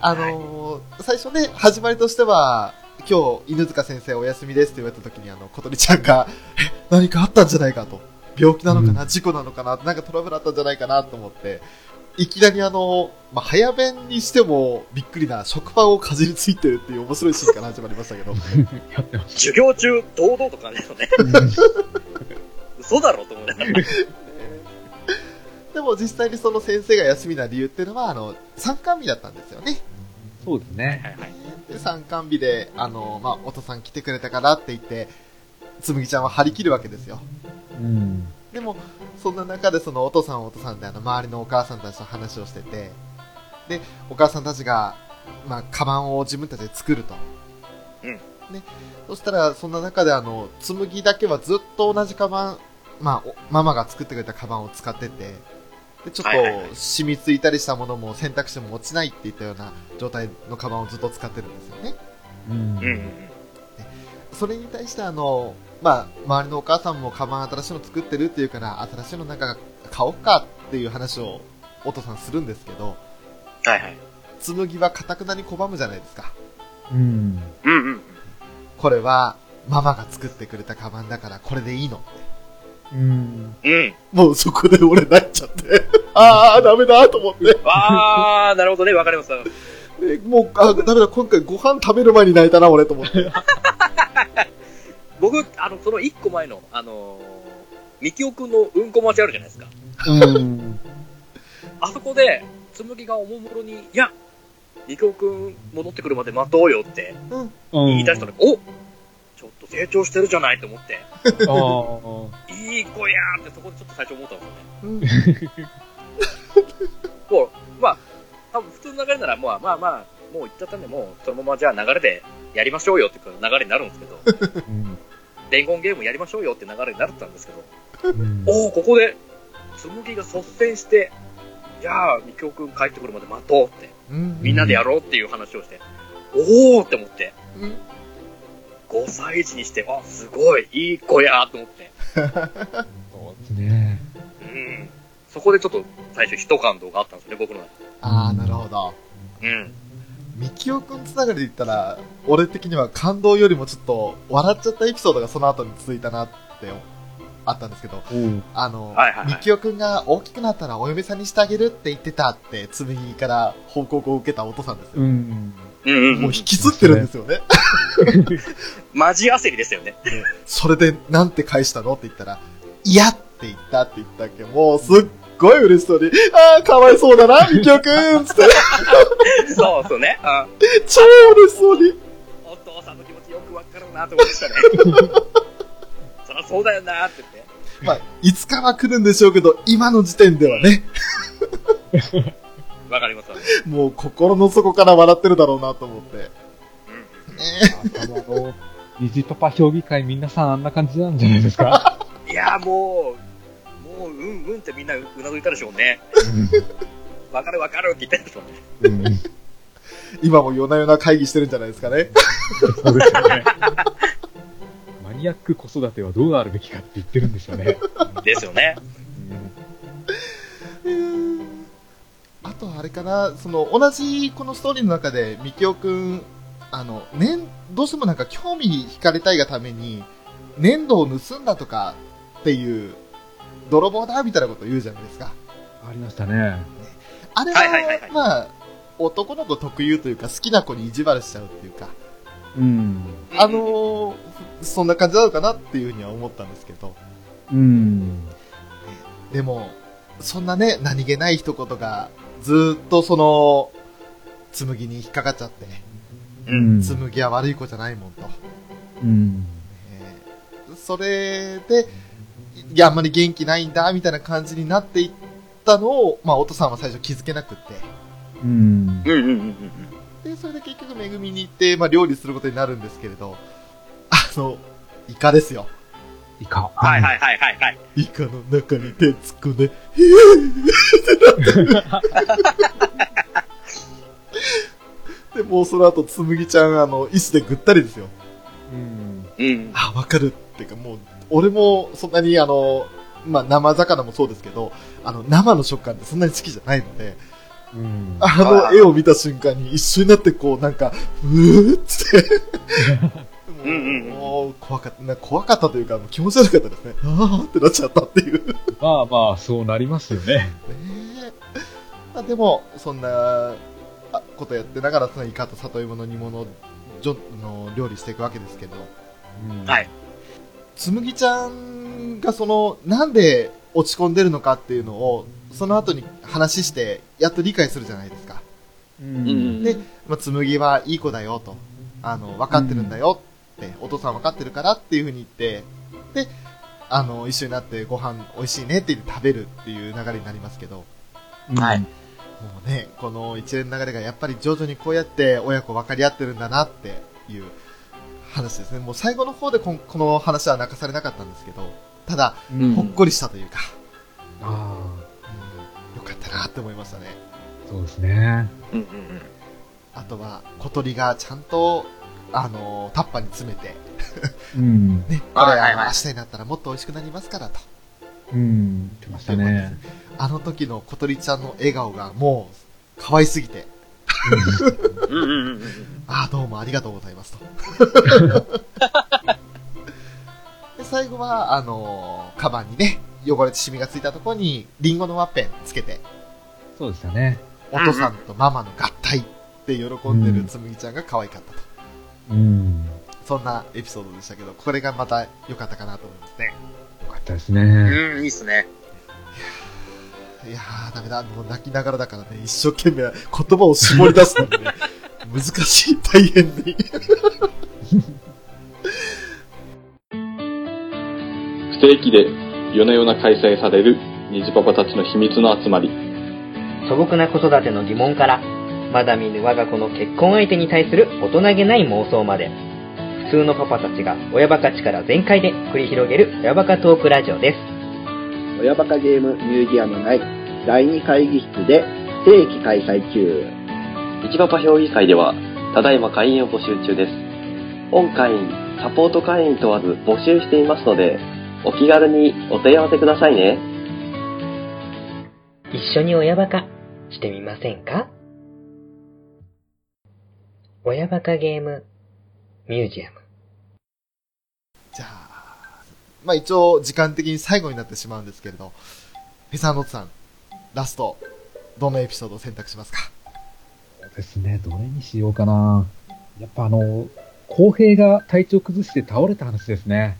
S3: あのー最初ね、始まりとしては、今日、犬塚先生お休みですって言われた時に、あの、小鳥ちゃんが、え何かあったんじゃないかと。病気なのかな、事故なのかな、なんかトラブルあったんじゃないかなと思って、いきなりあの、まあ、早弁にしてもびっくりな食パンをかじりついてるっていう面白いシーンから始まりましたけど。
S2: 授業中、堂々と感じるよね。 嘘だろと思い ながら。
S3: でも実際にその先生が休みな理由っていうのは、あの、参観日だったんですよね。
S1: そうですね。
S3: で参観日で、あの、まあ、お父さん来てくれたからって言って、つむぎちゃんは張り切るわけですよ。
S1: うん。
S3: でも、そんな中でそのお父さんはお父さんであの周りのお母さんたちと話をしてて、で、お母さんたちが、まあ、カバンを自分たちで作ると。
S2: うん
S3: ね、そしたら、そんな中であの、紬だけはずっと同じカバン、まあ、おママが作ってくれたカバンを使ってて、で、ちょっ
S2: はいはいは
S3: と染みついたりしたものも選択肢も落ちないっていったような状態のカバンをずっと使ってるんですよね。
S1: うん。
S2: うんうんうん。
S3: それに対してあの、まあ、周りのお母さんもカバン新しいの作ってるっていうから、新しいのなんか買おうかっていう話をお父さんするんですけど、
S2: はいはい。
S3: 紬はかたくなに拒むじゃないですか。
S1: うん。
S2: うんうんうん。
S3: これは、ママが作ってくれたカバンだからこれでいいのって。
S1: うん。
S2: うん。
S3: もうそこで俺泣いちゃって。 ああ、ダメだと思って。
S2: あー、なるほどね、わかります。
S3: でもう、あ、ダメだ、今回ご飯食べる前に泣いたな、俺と思って。
S2: 僕、あの、その一個前の、あのー、みきおくんのうんこ待ちあるじゃないですか。
S1: うん。
S2: あそこで、つむぎがおもむろに、いや、みきおくん戻ってくるまで待とうよって言い出したの、おちょっと成長してるじゃないと思って、
S1: ああ。
S2: いい子やーってそこでちょっと最初思ったんですよね。
S3: うん
S2: もう、まあ、多分普通の流れなら、まあまあまあ、もう行っちゃったんで、もうそのままじゃあ流れでやりましょうよっていう流れになるんですけ ど、
S1: うん。
S2: 伝言ゲームやりましょうよって流れになったんですけど、
S1: うん
S2: おお、ここで、つむぎが率先して、じゃあ、みきおくん帰ってくるまで待とうって、
S3: うん
S2: みんなでやろうっていう話をして、おおって思って、
S3: うん
S2: 5歳児にして、あ、すごい、いい子やーと思って、
S1: そうですね。
S2: うん。そこでちょっと最初一感動があったんですよね、僕の中で。
S3: ああ、なるほど。
S2: うん。
S3: みきおくんつながりで言ったら、俺的には感動よりもちょっと、笑っちゃったエピソードがその後に続いたなって、あったんですけど、
S1: うん。
S3: あの、
S2: はいはいはい
S3: みきおくんが大きくなったらお嫁さんにしてあげるって言ってたって、つむぎから報告を受けたお父さんですよ。
S1: うん。
S2: うんうん、
S3: も
S2: う。
S3: うん引きずってるんですよね。
S2: マジ焦りでしたよね。
S3: それで、なんて返したのって言ったら、いやって言ったって言ったっけもうすっごい嬉しそうに、ああ、かわいそうだな、みきおくんつって、
S2: そうそうね。あ
S3: 超嬉しそうに。
S2: お父さんの気持ちよくわかるなと思いましたね。そりゃそうだよなって言って。
S3: まあ、いつかは来るんでしょうけど、今の時点ではね、
S2: わかりますわね。
S3: もう心の底から笑ってるだろうなと思って。
S1: あの、あの虹パパ評議会皆さんあんな感じなんじゃないですか
S2: いやーもう、もう、うんうんってみんなうなずいたでしょうね。わかるわかるって言ったでしょうね。
S1: うん。うん
S3: 今も夜な夜な会議してるんじゃないですかね。
S1: そうですよね。マニアック子育てはどうあるべきかって言ってるんですよね。
S2: ですよね。
S3: あとあれかな、その同じこのストーリーの中で、みきおくん、あの、年、どうしてもなんか興味に惹かれたいがために、粘土を盗んだとかっていう、泥棒だみたいなこと言うじゃないですか。
S1: ありましたね。
S3: あれは、
S2: はいはいはいはい
S3: まあ、男の子特有というか、好きな子に意地悪しちゃうっていうか、
S1: うん。
S3: あのーそんな感じなのかなっていうふうには思ったんですけど。
S1: うん。
S3: でも、そんなね、何気ない一言が、ずーっとその、紬に引っかかっちゃって、
S1: うん。
S3: 紬は悪い子じゃないもんと。
S1: うん。
S3: えーそれで、いや、あんまり元気ないんだ、みたいな感じになっていったのを、まあ、お父さんは最初気づけなくって。
S1: うん。
S2: うんうんうんうん。
S3: で、それで結局、めぐみに行って、まあ、料理することになるんですけれど、あの、イカですよ。
S1: イカ。。
S2: はいはいいはいはいはい。
S3: イカの中に手突っ込ん で、で、もうその後、つむぎちゃん、あの、椅子でぐったりですよ。
S1: うん。
S2: うん。
S3: あ、わかる。ってか、もう、俺も、そんなに、あの、まあ、生魚もそうですけど、あの、生の食感ってそんなに好きじゃないので、
S1: うん。
S3: あの絵を見た瞬間に一緒になって、こう、なんか、うーっつって。も
S2: う
S3: う
S2: んうんうん
S3: もう怖かった、な怖かったというか、もう気持ち悪かったですね。あーってなっちゃったっていう。
S1: まあまあ、そうなりますよね。
S3: ねえまあ、でも、そんなあことやってながら、そのイカと里芋の煮物をじょの料理していくわけですけど、
S2: はい。
S3: つむぎちゃんがその、なんで落ち込んでるのかっていうのを、その後に話して、やっと理解するじゃないですか。
S1: うん
S3: で、まあ、紬はいい子だよと。あの、分かってるんだよって、お父さん分かってるからっていう風に言って、で、あの、一緒になってご飯美味しいねって言って食べるっていう流れになりますけど、も
S2: はい。
S3: うね、この一連の流れがやっぱり徐々にこうやって親子分かり合ってるんだなっていう話ですね。もう最後の方でこんこの話は泣かされなかったんですけど、ただ、
S1: うん
S3: ほっこりしたというか、
S1: あ
S3: うんよかったなって思いましたね。
S1: あ、そうですね。
S2: うんうん
S3: あとは、小鳥がちゃんと、あの、タッパーに詰めて、
S1: うん。
S3: ね、これ
S2: はいはい
S3: は
S2: はい
S3: 明日になったらもっと美味しくなりますからと。
S1: うん。言ってましたね。
S3: あの時の小鳥ちゃんの笑顔がもう、可愛すぎて、
S2: うん。うんうんうんうん。
S3: ああ、どうもありがとうございますと。 で最後は、あのカバンにね、汚れてシミがついたところに、リンゴのワッペンつけて、
S1: そうでしたね。
S3: お父さんとママの合体って喜んでるつむぎちゃんが可愛かったと。
S1: うん。
S3: そんなエピソードでしたけど、これがまた良かったかなと思いますね。
S1: よかったですね。
S2: うん、いいっすね。
S3: いやー、ダメだ。もう泣きながらだからね、一生懸命言葉を絞り出すのに ね、難しい、大変に。
S11: 不定期で夜な夜な開催される虹パパたちの秘密の集まり
S12: 素朴な子育ての疑問からまだ見ぬ我が子の結婚相手に対する大人げない妄想まで普通のパパたちが親バカ力全開で繰り広げる親バカトークラジオです
S13: 親バカゲームミュージアム内第2会議室で不定期開催中
S14: 道パパ評議会ではただいま会員を募集中です本会員サポート会員問わず募集していますのでお気軽にお問い合わせくださいね
S12: 一緒に親バカしてみませんか親バカゲームミュージアム
S3: じゃあ、まあ一応時間的に最後になってしまうんですけれど、フェザーノットさん、ラスト、どのエピソードを選択しますか
S1: そうですね。どれにしようかな。やっぱあの、公平が体調崩して倒れた話ですね。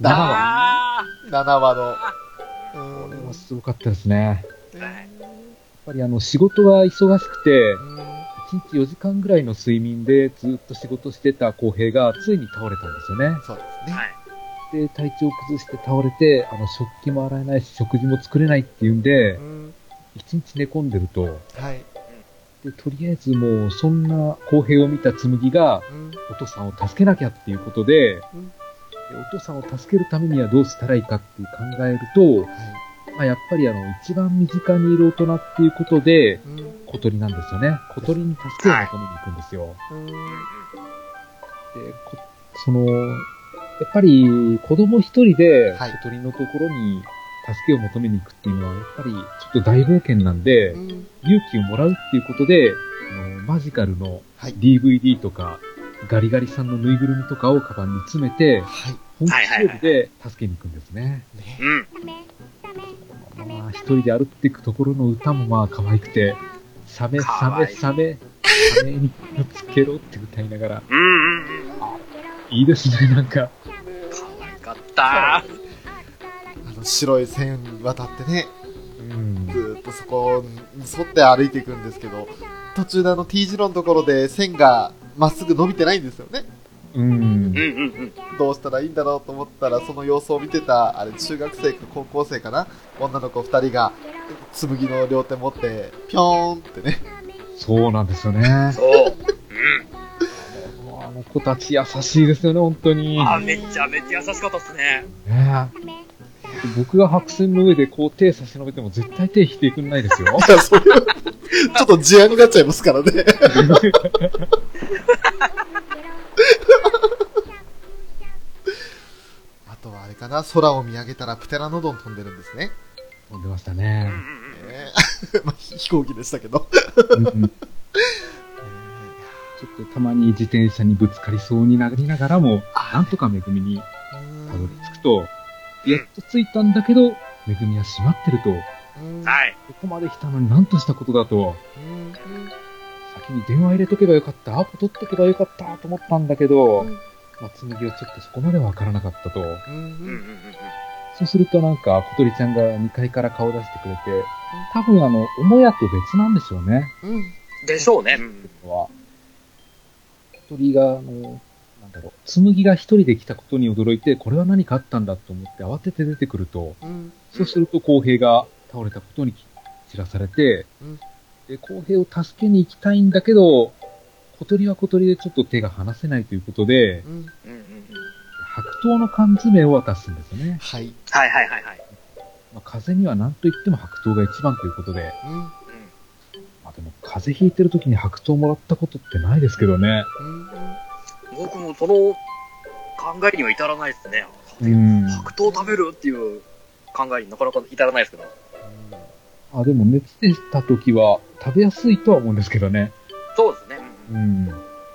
S1: 7話。
S2: あ
S3: ?7 話の。う
S1: これ
S3: ーん
S1: はすごかったですね。
S2: はい。
S1: やっぱりあの、仕事が忙しくて
S3: う、ー
S1: 1日4時間ぐらいの睡眠でずっと仕事してた公平がついに倒れたんですよね。
S3: んそうですね。
S2: はい
S1: で、体調崩して倒れて、あの、食器も洗えないし、食事も作れないっていうんで
S3: うー、ん
S1: 1日寝込んでると、
S3: はい。
S1: で、とりあえずもう、そんな公平を見た紬が、
S3: うん
S1: お父さんを助けなきゃっていうことで、
S3: うん
S1: でお父さんを助けるためにはどうしたらいいかって考えると、
S3: はい
S1: まあ、やっぱりあの、一番身近にいる大人っていうことで、
S3: うんう
S1: 小鳥なんですよね。小鳥に助けを求めに行くんですよ。
S3: ーん
S1: で、こその、やっぱり子供一人で
S3: はい
S1: 小鳥のところに助けを求めに行くっていうのは、やっぱりちょっと大冒険なんで、
S3: うん
S1: 勇気をもらうっていうことで、あのマジカルの
S3: はい
S1: DVD とか、ガリガリさんのぬいぐるみとかをカバンに詰めて、
S3: はい。
S1: 本気勝負で助けに行くんですね。
S3: ね
S2: うん。
S1: まあ、一人で歩っていくところの歌もまあ可愛くて、サメ、サメ、サメ、サメにつけろって歌いながら、
S2: うんうんうん。
S1: いいですね、なんか。
S2: 可愛かった。
S3: あの、白い線に渡ってね、
S1: うん
S3: ずーっとそこに沿って歩いていくんですけど、途中であの T 字路のところで線がまっすぐ伸びてないんですよね。
S1: うん
S2: うん。うんうん。
S3: どうしたらいいんだろうと思ったら、その様子を見てた、あれ、中学生か高校生かな女の子二人が、紬の両手持って、ぴょーんってね。
S1: そうなんですよね。
S2: そう。
S1: あの子たち優しいですよね、本当に。
S2: あ、めちゃめちゃ優しかったっすね。
S1: ねえ僕が白線の上でこう手差し伸べても絶対手引いてくんないですよ。
S3: いや、それは、ちょっと事案になっちゃいますからね。 あとはあれかな、空を見上げたらプテラノドン飛んでるんですね。
S1: 飛んでましたね。
S3: ね まあ、飛行機でしたけど。
S1: うんちょっとたまに自転車にぶつかりそうになりながらも、なんとかめぐみにたどり着くと、やっと着いたんだけど、めぐみは閉まってると、
S2: はい。
S1: ここまで来たのになんとしたことだと、先に電話入れとけばよかった、アポ取っとけばよかったと思ったんだけど、まあ、紬はちょっとそこまでわからなかったと。そうするとなんか、小鳥ちゃんが2階から顔出してくれて、多分あの、母屋と別なんでしょうね。
S2: でしょうね。
S1: は小鳥が、あの、なんだろう、紬が一人で来たことに驚いて、これは何かあったんだと思って慌てて出てくると、そうすると公平が倒れたことに知らされて、で、公平を助けに行きたいんだけど、小鳥は小鳥でちょっと手が離せないということで、白桃の缶詰を渡すんですね。
S3: はい。
S2: はいはいはいはい。
S1: まあ、風邪には何と言っても白桃が一番ということで、まあでも風邪ひいてる時に白桃もらったことってないですけどね。
S2: 僕もその考えには至らないですね。
S1: うん。
S2: 白桃食べるっていう考えになかなか至らないですけど。
S1: あ、でも熱出た時は食べやすいとは思うんですけどね。
S2: そうですね。
S1: うん。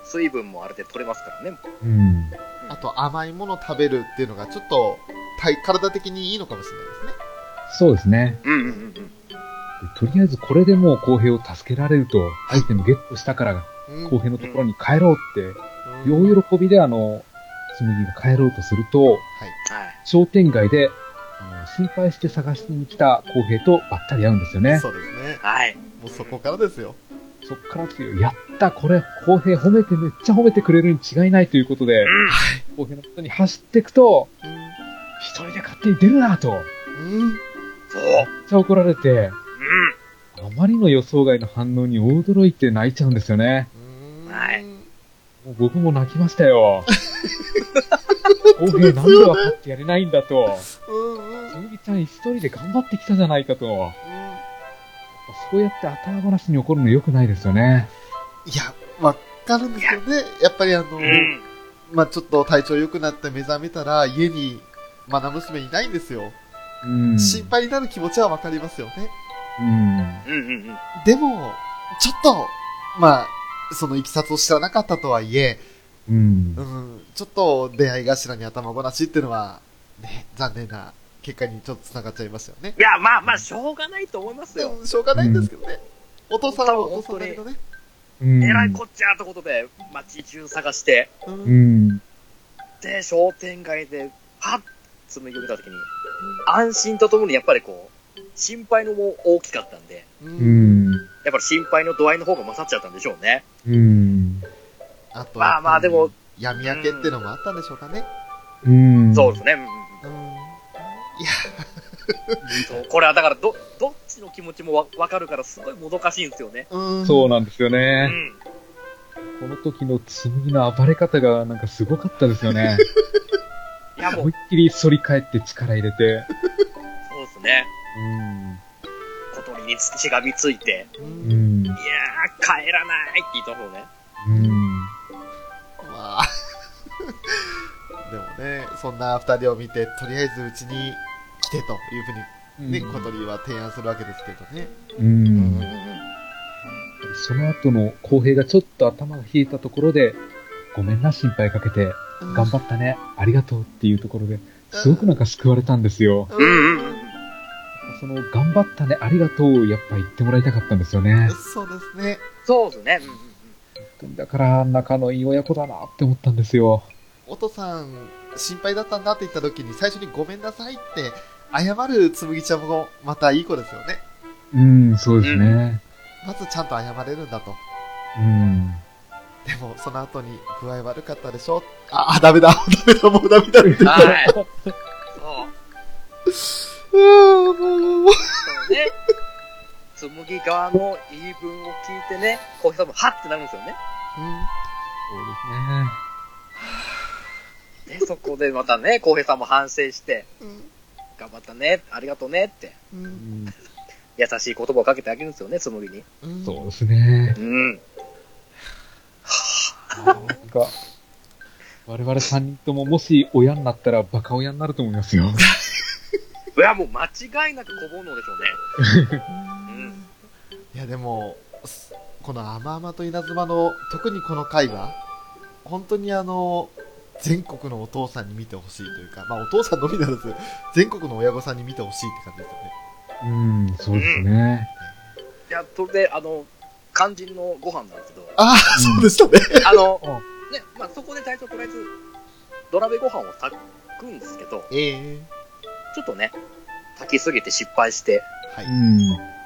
S2: 水分もあれで取れますからね。
S1: うん。
S3: あと甘いもの食べるっていうのがちょっと体体的にいいのかもしれないですね。
S1: そうですね。
S2: うんうんうんうん。
S1: でとりあえずこれでもう公平を助けられると、アイテムゲットしたから、公平のところに帰ろうって、両喜びであの、紬が帰ろうとすると、商店街で、あの心配して探しに来た公平とばったり会うんですよね。
S3: そうですね。
S2: はい。
S3: もうそこからですよ。
S1: そっからですよ。やった、これ、公平褒めて、めっちゃ褒めてくれるに違いないということで、公平のことに走っていくと、一人で勝手に出るなと、めっ
S3: うん。
S2: そう。
S1: ちゃ怒られて、あまりの予想外の反応に大驚いて泣いちゃうんですよね。
S2: はい。
S1: もう僕も泣きました よ。公平なんで分かってやれないんだと。つむぎちゃん一人で頑張ってきたじゃないかと。やっぱそうやって頭ごなしに怒るの良くないですよね。
S3: いや、わかるんですよね。やっぱりあの、まあちょっと体調良くなって目覚めたら家にマナ娘いないんですよ。
S1: うん。
S3: 心配になる気持ちはわかりますよね。
S1: うん。
S2: うんうんうん。
S3: でも、ちょっと、まあそのいきさつを知らなかったとはいえ、
S1: うん。
S3: うん、ちょっと出会い頭に頭ごなしっていうのは、ね、残念な結果にちょっと繋がっちゃいましたよね。
S2: いや、まあまあ、しょうがないと思いますよ。
S3: しょうがないんですけどね。お父さんはお父さんだけどね。
S1: うん。
S2: えらいこっちゃってことで、街中探して、
S1: うん。
S2: で、商店街で、パッ紬を見たときに、安心とともにやっぱりこう、心配のも大きかったんで、
S1: うん。
S2: やっぱり心配の度合いの方が勝っちゃったんでしょうね。
S1: うん。
S3: あと
S2: まあまあ、でも、
S3: 闇明けってのもあったんでしょうかね。
S1: うん。
S2: そうですね。うんうん
S3: いや、
S2: そうこれはだからど、どっちの気持ちもわわかるから、すごいもどかしいんですよね。
S1: そうなんですよね。
S2: うん
S1: この時の紬の暴れ方がなんかすごかったですよね。
S2: いやも
S1: 思
S2: う
S1: い、っきり反り返って力入れて。
S2: そうですね。
S1: うん。
S2: 小鳥につしがみついて、
S1: うん。
S2: いやー、帰らないって言った方ね。
S1: うん。
S3: まあ。 でもね、そんな二人を見て、とりあえずうちに来てというふうに、ね、
S1: うん
S3: 小鳥は提案するわけですけどね。
S1: うん。その後の公平がちょっと頭が冷えたところで、ごめんな、心配かけて。頑張ったね。ありがとうっていうところで、すごくなんか救われたんですよ。
S2: うんうん。
S1: その、頑張ったね、ありがとうをやっぱ言ってもらいたかったんですよね。
S3: そうですね。
S2: そうですね。うんうん
S1: だから、仲のいい親子だなって思ったんですよ。
S3: お父さん、心配だったんだって言った時に、最初にごめんなさいって、謝るつむぎちゃんもまたいい子ですよね。
S1: うん、そうですね。
S3: まずちゃんと謝れるんだと。
S1: うん。
S3: でも、その後に、具合悪かったでしょあ、あダメだ、ダメだ、もうダメだって言った
S2: は
S3: ら。
S2: い。
S3: う
S2: そう。
S3: ーんもうもうもう
S2: そうね。紬側の言い分を聞いてね、小平さんもはってなるんですよね。で、そこでまたね、浩平さんも反省して、頑張ったね、ありがとうねって、優しい言葉をかけてあげるんですよね、つむぎに。
S1: うんそうですね。
S2: うん。
S1: なんか、我々3人とももし親になったらバカ親になると思いますよ。
S2: いや、もう間違いなく小煩悩でしょうね。
S3: いやでも、すこの甘々と稲妻の、特にこの回は、本当にあの、全国のお父さんに見てほしいというか、まあお父さんのみならず、全国の親御さんに見てほしいって感じですよね。
S1: うん、そうですね。
S2: いや、それで、あの、肝心のご飯なんですけど。
S3: ああ、そうでしたね。
S2: あの、ね、まあ、そこで隊長とりあえず、土鍋ご飯を炊くんですけど、ちょっとね、炊きすぎて失敗して、
S1: うん。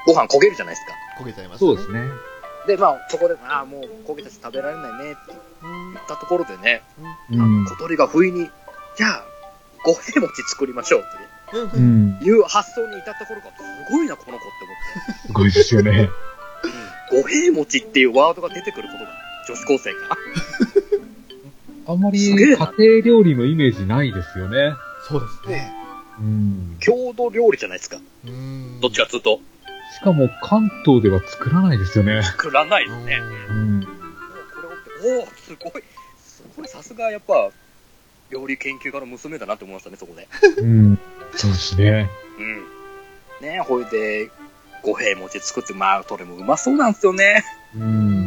S2: ご飯焦げるじゃないですか。
S3: 焦げちゃいました
S1: そうですね。
S2: で、まあ、そこで、ああ、もう焦げたし食べられないねって言ったところでね、
S1: うん。
S2: 小鳥が不意に、じゃあ、五平餅作りましょう
S1: う
S2: っ
S1: ん。
S2: ていう発想に至った頃が、すごいな、この子って思って。
S1: すごいですよね。
S2: 五平餅っていうワードが出てくることが、女子高生が。
S1: あんまり
S2: すげ
S1: 家
S2: えな
S1: 庭料理のイメージないですよね。
S3: そうですね。
S1: うん。
S2: 郷土料理じゃないですか。どっちかっつうと。
S1: しかも関東では作らないですよね。
S2: 食らないですね。
S1: うん。
S2: おおすごい、すごい、さすがやっぱ、料理研究家の娘だなって思いましたね、そこで。
S1: うん。そうですね。
S2: うん。ねえ、ほいで、五平餅作って、まあ、どれもうまそうなんですよね。
S1: うん。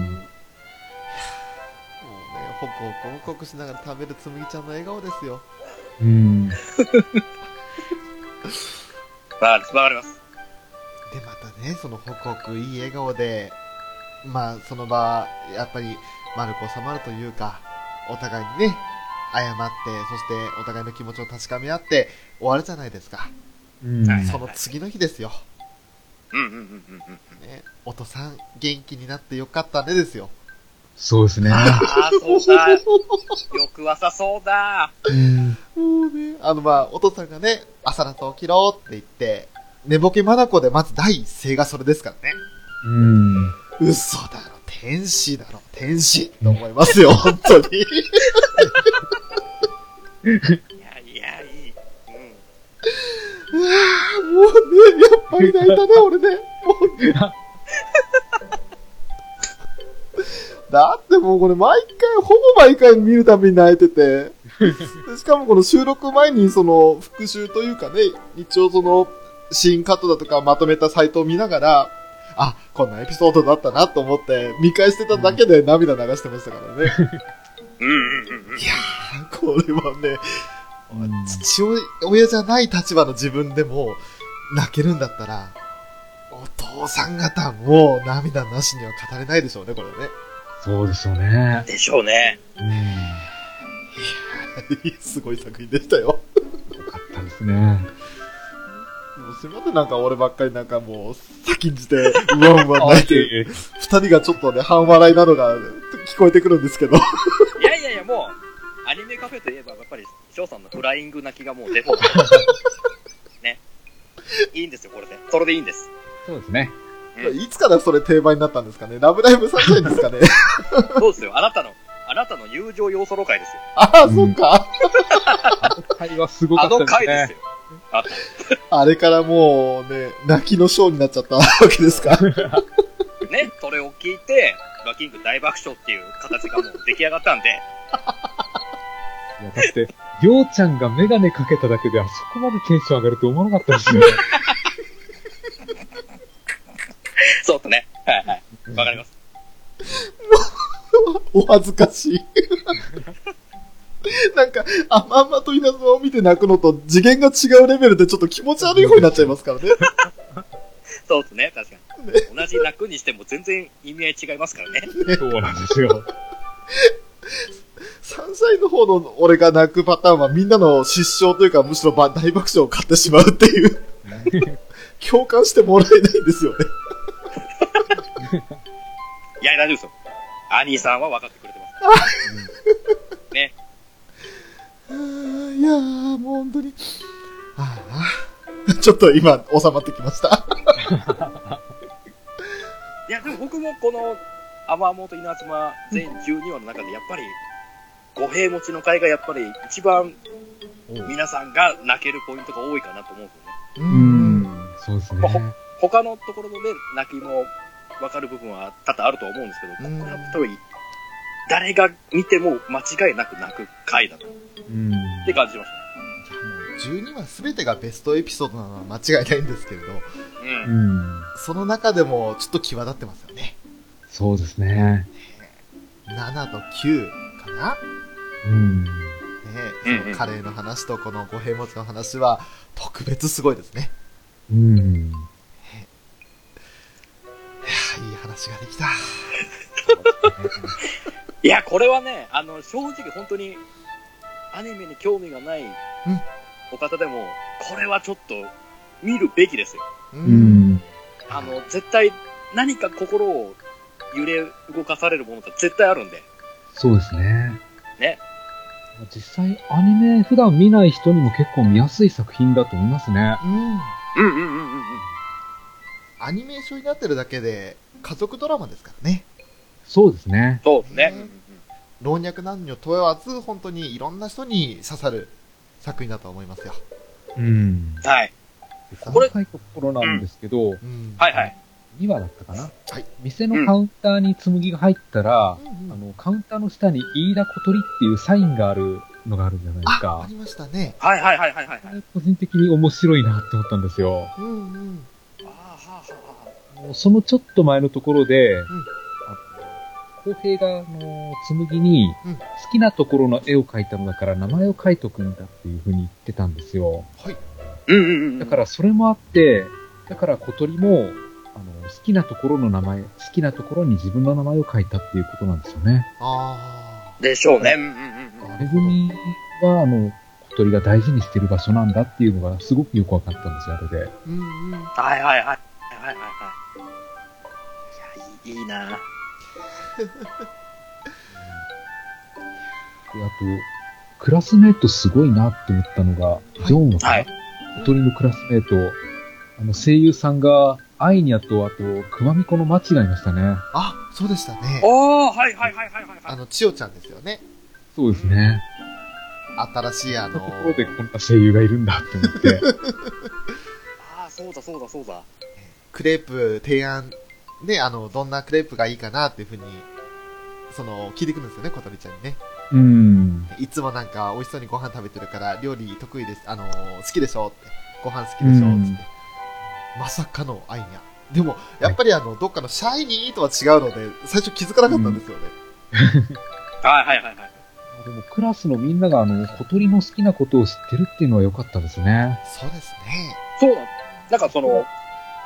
S3: ホクホクホクホクしながら食べるつむぎちゃんの笑顔ですよ。
S1: うん。
S2: わかります、わかります。
S3: で、またね、そのホクホクいい笑顔で、まあ、その場、やっぱり、丸く収まるというか、お互いにね、謝って、そしてお互いの気持ちを確かめ合って、終わるじゃないですか。
S1: うん。
S3: その次の日ですよ。
S2: うんうんうんうんうん。
S3: ね、お父さん、元気になってよかったねですよ。
S1: そうですね。
S2: ああ、そうだ。よくはさそうだ。
S1: うん。
S3: もうね、あのまあ、お父さんがね、朝だと起きろって言って、寝ぼけまなこでまず第一声がそれですからね。
S1: うん。
S3: 嘘だろ、天使だろ、天使と思いますよ、本当に。
S2: いやいや、いい。うん。
S3: うわ あもうね、やっぱり泣いたね、俺ね。もうね。だってもうこれ毎回、ほぼ毎回見るたびに泣い てて。でしかもこの収録前にその復習というかね、一応そのシーンカットだとかまとめたサイトを見ながら、あ、こんなエピソードだったなと思って見返してただけで涙流してましたからね。
S2: うんうんうんうん。いや、
S3: これはね、父親じゃない立場の自分でも泣けるんだったら、お父さん方も涙なしには語れないでしょうね、これはね。
S1: そうですよね。
S2: でしょうね。
S3: すごい作品でしたよ。
S1: そうですね。
S3: もうすみません、なんか俺ばっかりなんかもう、先んじて、うわうわ泣い
S1: あいえいえ
S3: て、二人がちょっとね、半笑いなのが聞こえてくるんですけど。
S2: いやいやいや、もう、アニメカフェといえば、やっぱり、翔さんのフライング泣きがもう出て るね。いいんですよ、これで。それでいいんです。
S1: そうですね。
S3: いつからそれ定番になったんですかねラブライブサンシャインですかね
S2: そうですよ、あなたの、あなたの友情要素路会ですよ。
S3: あ あ、そっか。
S1: 会はすごかったですね。
S2: あの回ですよ。あった。
S3: あれからもうね、泣きのショーになっちゃったわけですか。
S2: ね、それを聞いて、ラキング大爆笑っていう形がもう出来上がったんで、
S1: いや、だって、りょうちゃんがメガネかけただけで、あそこまでテンション上がると思わなかったですよ。
S2: そうだね。はいはい。わかります。
S3: お恥ずかし い。なんか、あまんまと稲妻を見て泣くのと次元が違うレベルでちょっと気持ち悪い方になっちゃいますからね。
S2: そうですね、確かに。同じ楽にしても全然意味合い違いますからね。
S1: そうなんですよ。
S3: 3歳の方の俺が泣くパターンはみんなの失笑というかむしろば大爆笑を買ってしまうっていう。共感してもらえないんですよね。
S2: いや、大丈夫ですよ。アニーさんは分かってくれてます。ね。
S3: いやー、もう本当に。ちょっと今収まってきました。
S2: いや、でも僕もこの、アマモと稲妻全12話の中で、やっぱり、五平持ちの会がやっぱり一番皆さんが泣けるポイントが多いかなと思うんですよね。
S1: うん。そうですね。
S2: 他のところのね、泣きも分かる部分は多々あるとは思うんですけど、ここは多分、誰が見ても間違いなく泣く回だなっ
S1: うん。
S2: て感じまし
S3: 12話全てがベストエピソードなのは間違いないんですけれど、
S2: たね。うん。
S1: うん。
S3: その中でもちょっと際立ってますよね。
S1: そうですね。
S3: 7と9かな
S1: うん。
S3: ね
S2: うんうん
S3: そのカレーの話とこの五平餅の話は特別すごいですね。
S1: うん。
S3: 話ができた。
S2: いや、これはね、あの、正直本当に、アニメに興味がないお方でも、これはちょっと、見るべきですよ。
S1: うん。
S2: あの、絶対、何か心を揺れ動かされるものって絶対あるんで、
S1: そうですね。
S2: ね。
S1: 実際、アニメ普段見ない人にも結構見やすい作品だと思いますね。
S3: うん。
S2: うんうんうんうん。
S3: アニメーションになってるだけで、家族ドラマですからね。
S1: そうですね。
S2: そうですね。
S3: 老若男女問わず、本当にいろんな人に刺さる作品だと思いますよ。
S1: うん。
S2: はい。
S1: これ、いところなんですけど、
S2: はいはい。
S1: 2話だったかな。
S3: はい。
S1: 店のカウンターに紬が入ったら、あの、カウンターの下に飯田小鳥っていうサインがあるのがあるじゃないです
S3: あ
S1: か
S3: り。ましたね。
S2: はいはいはいはいはい。はい
S1: 個人的に面白いなって思ったんですよ。
S3: うんうん。
S1: もうそのちょっと前のところで、浩平が、あの、紬に、
S3: うん
S1: 好きなところの絵を描いたのだから名前を書いとくんだっていうふうに言ってたんですよ。
S3: はい。
S2: うんうんうん。
S1: だからそれもあって、だから小鳥も、あの、好きなところの名前、好きなところに自分の名前を書いたっていうことなんですよね。
S3: あ
S2: でしょうね。うんうんうん。
S1: あれ組は、あの、小鳥が大事にしてる場所なんだっていうのがすごくよくわかったんですよ、あれで。
S3: うんうん。い
S2: はいはいはい。はいはいはいはい。いや、いいいいなぁ。
S1: であと、クラスメートすごいなって思ったのが、ジョンは、
S2: はい。
S1: 小鳥のクラスメート、あの、声優さんが、アイニャと、あと、熊巫女の間違いましたね。
S3: あ、そうでしたね。
S2: おー、はいはいはいはいはい。
S3: あの、千代ちゃんですよね。
S1: そうですね。
S3: 新しいあの、
S1: そうでこんな声優がいるんだって思って。
S2: ああ、そうだそうだそうだ。
S3: クレープ提案、ね、あの、どんなクレープがいいかなっていうふうに、その、聞いてくるんですよね、小鳥ちゃんにね。
S1: うん。
S3: いつもなんか美味しそうにご飯食べてるから、料理得意です、あの、好きでしょって。ご飯好きでしょ
S1: うん
S3: つって。まさかのアイニャ。でも、やっぱりあの、どっかのシャイニーとは違うので、最初気づかなかったんですよね。
S2: はいはいはいはい。
S1: でも、クラスのみんなが、あの、小鳥の好きなことを知ってるっていうのは良かったですね。
S3: そうですね。
S2: そうなんなんかその、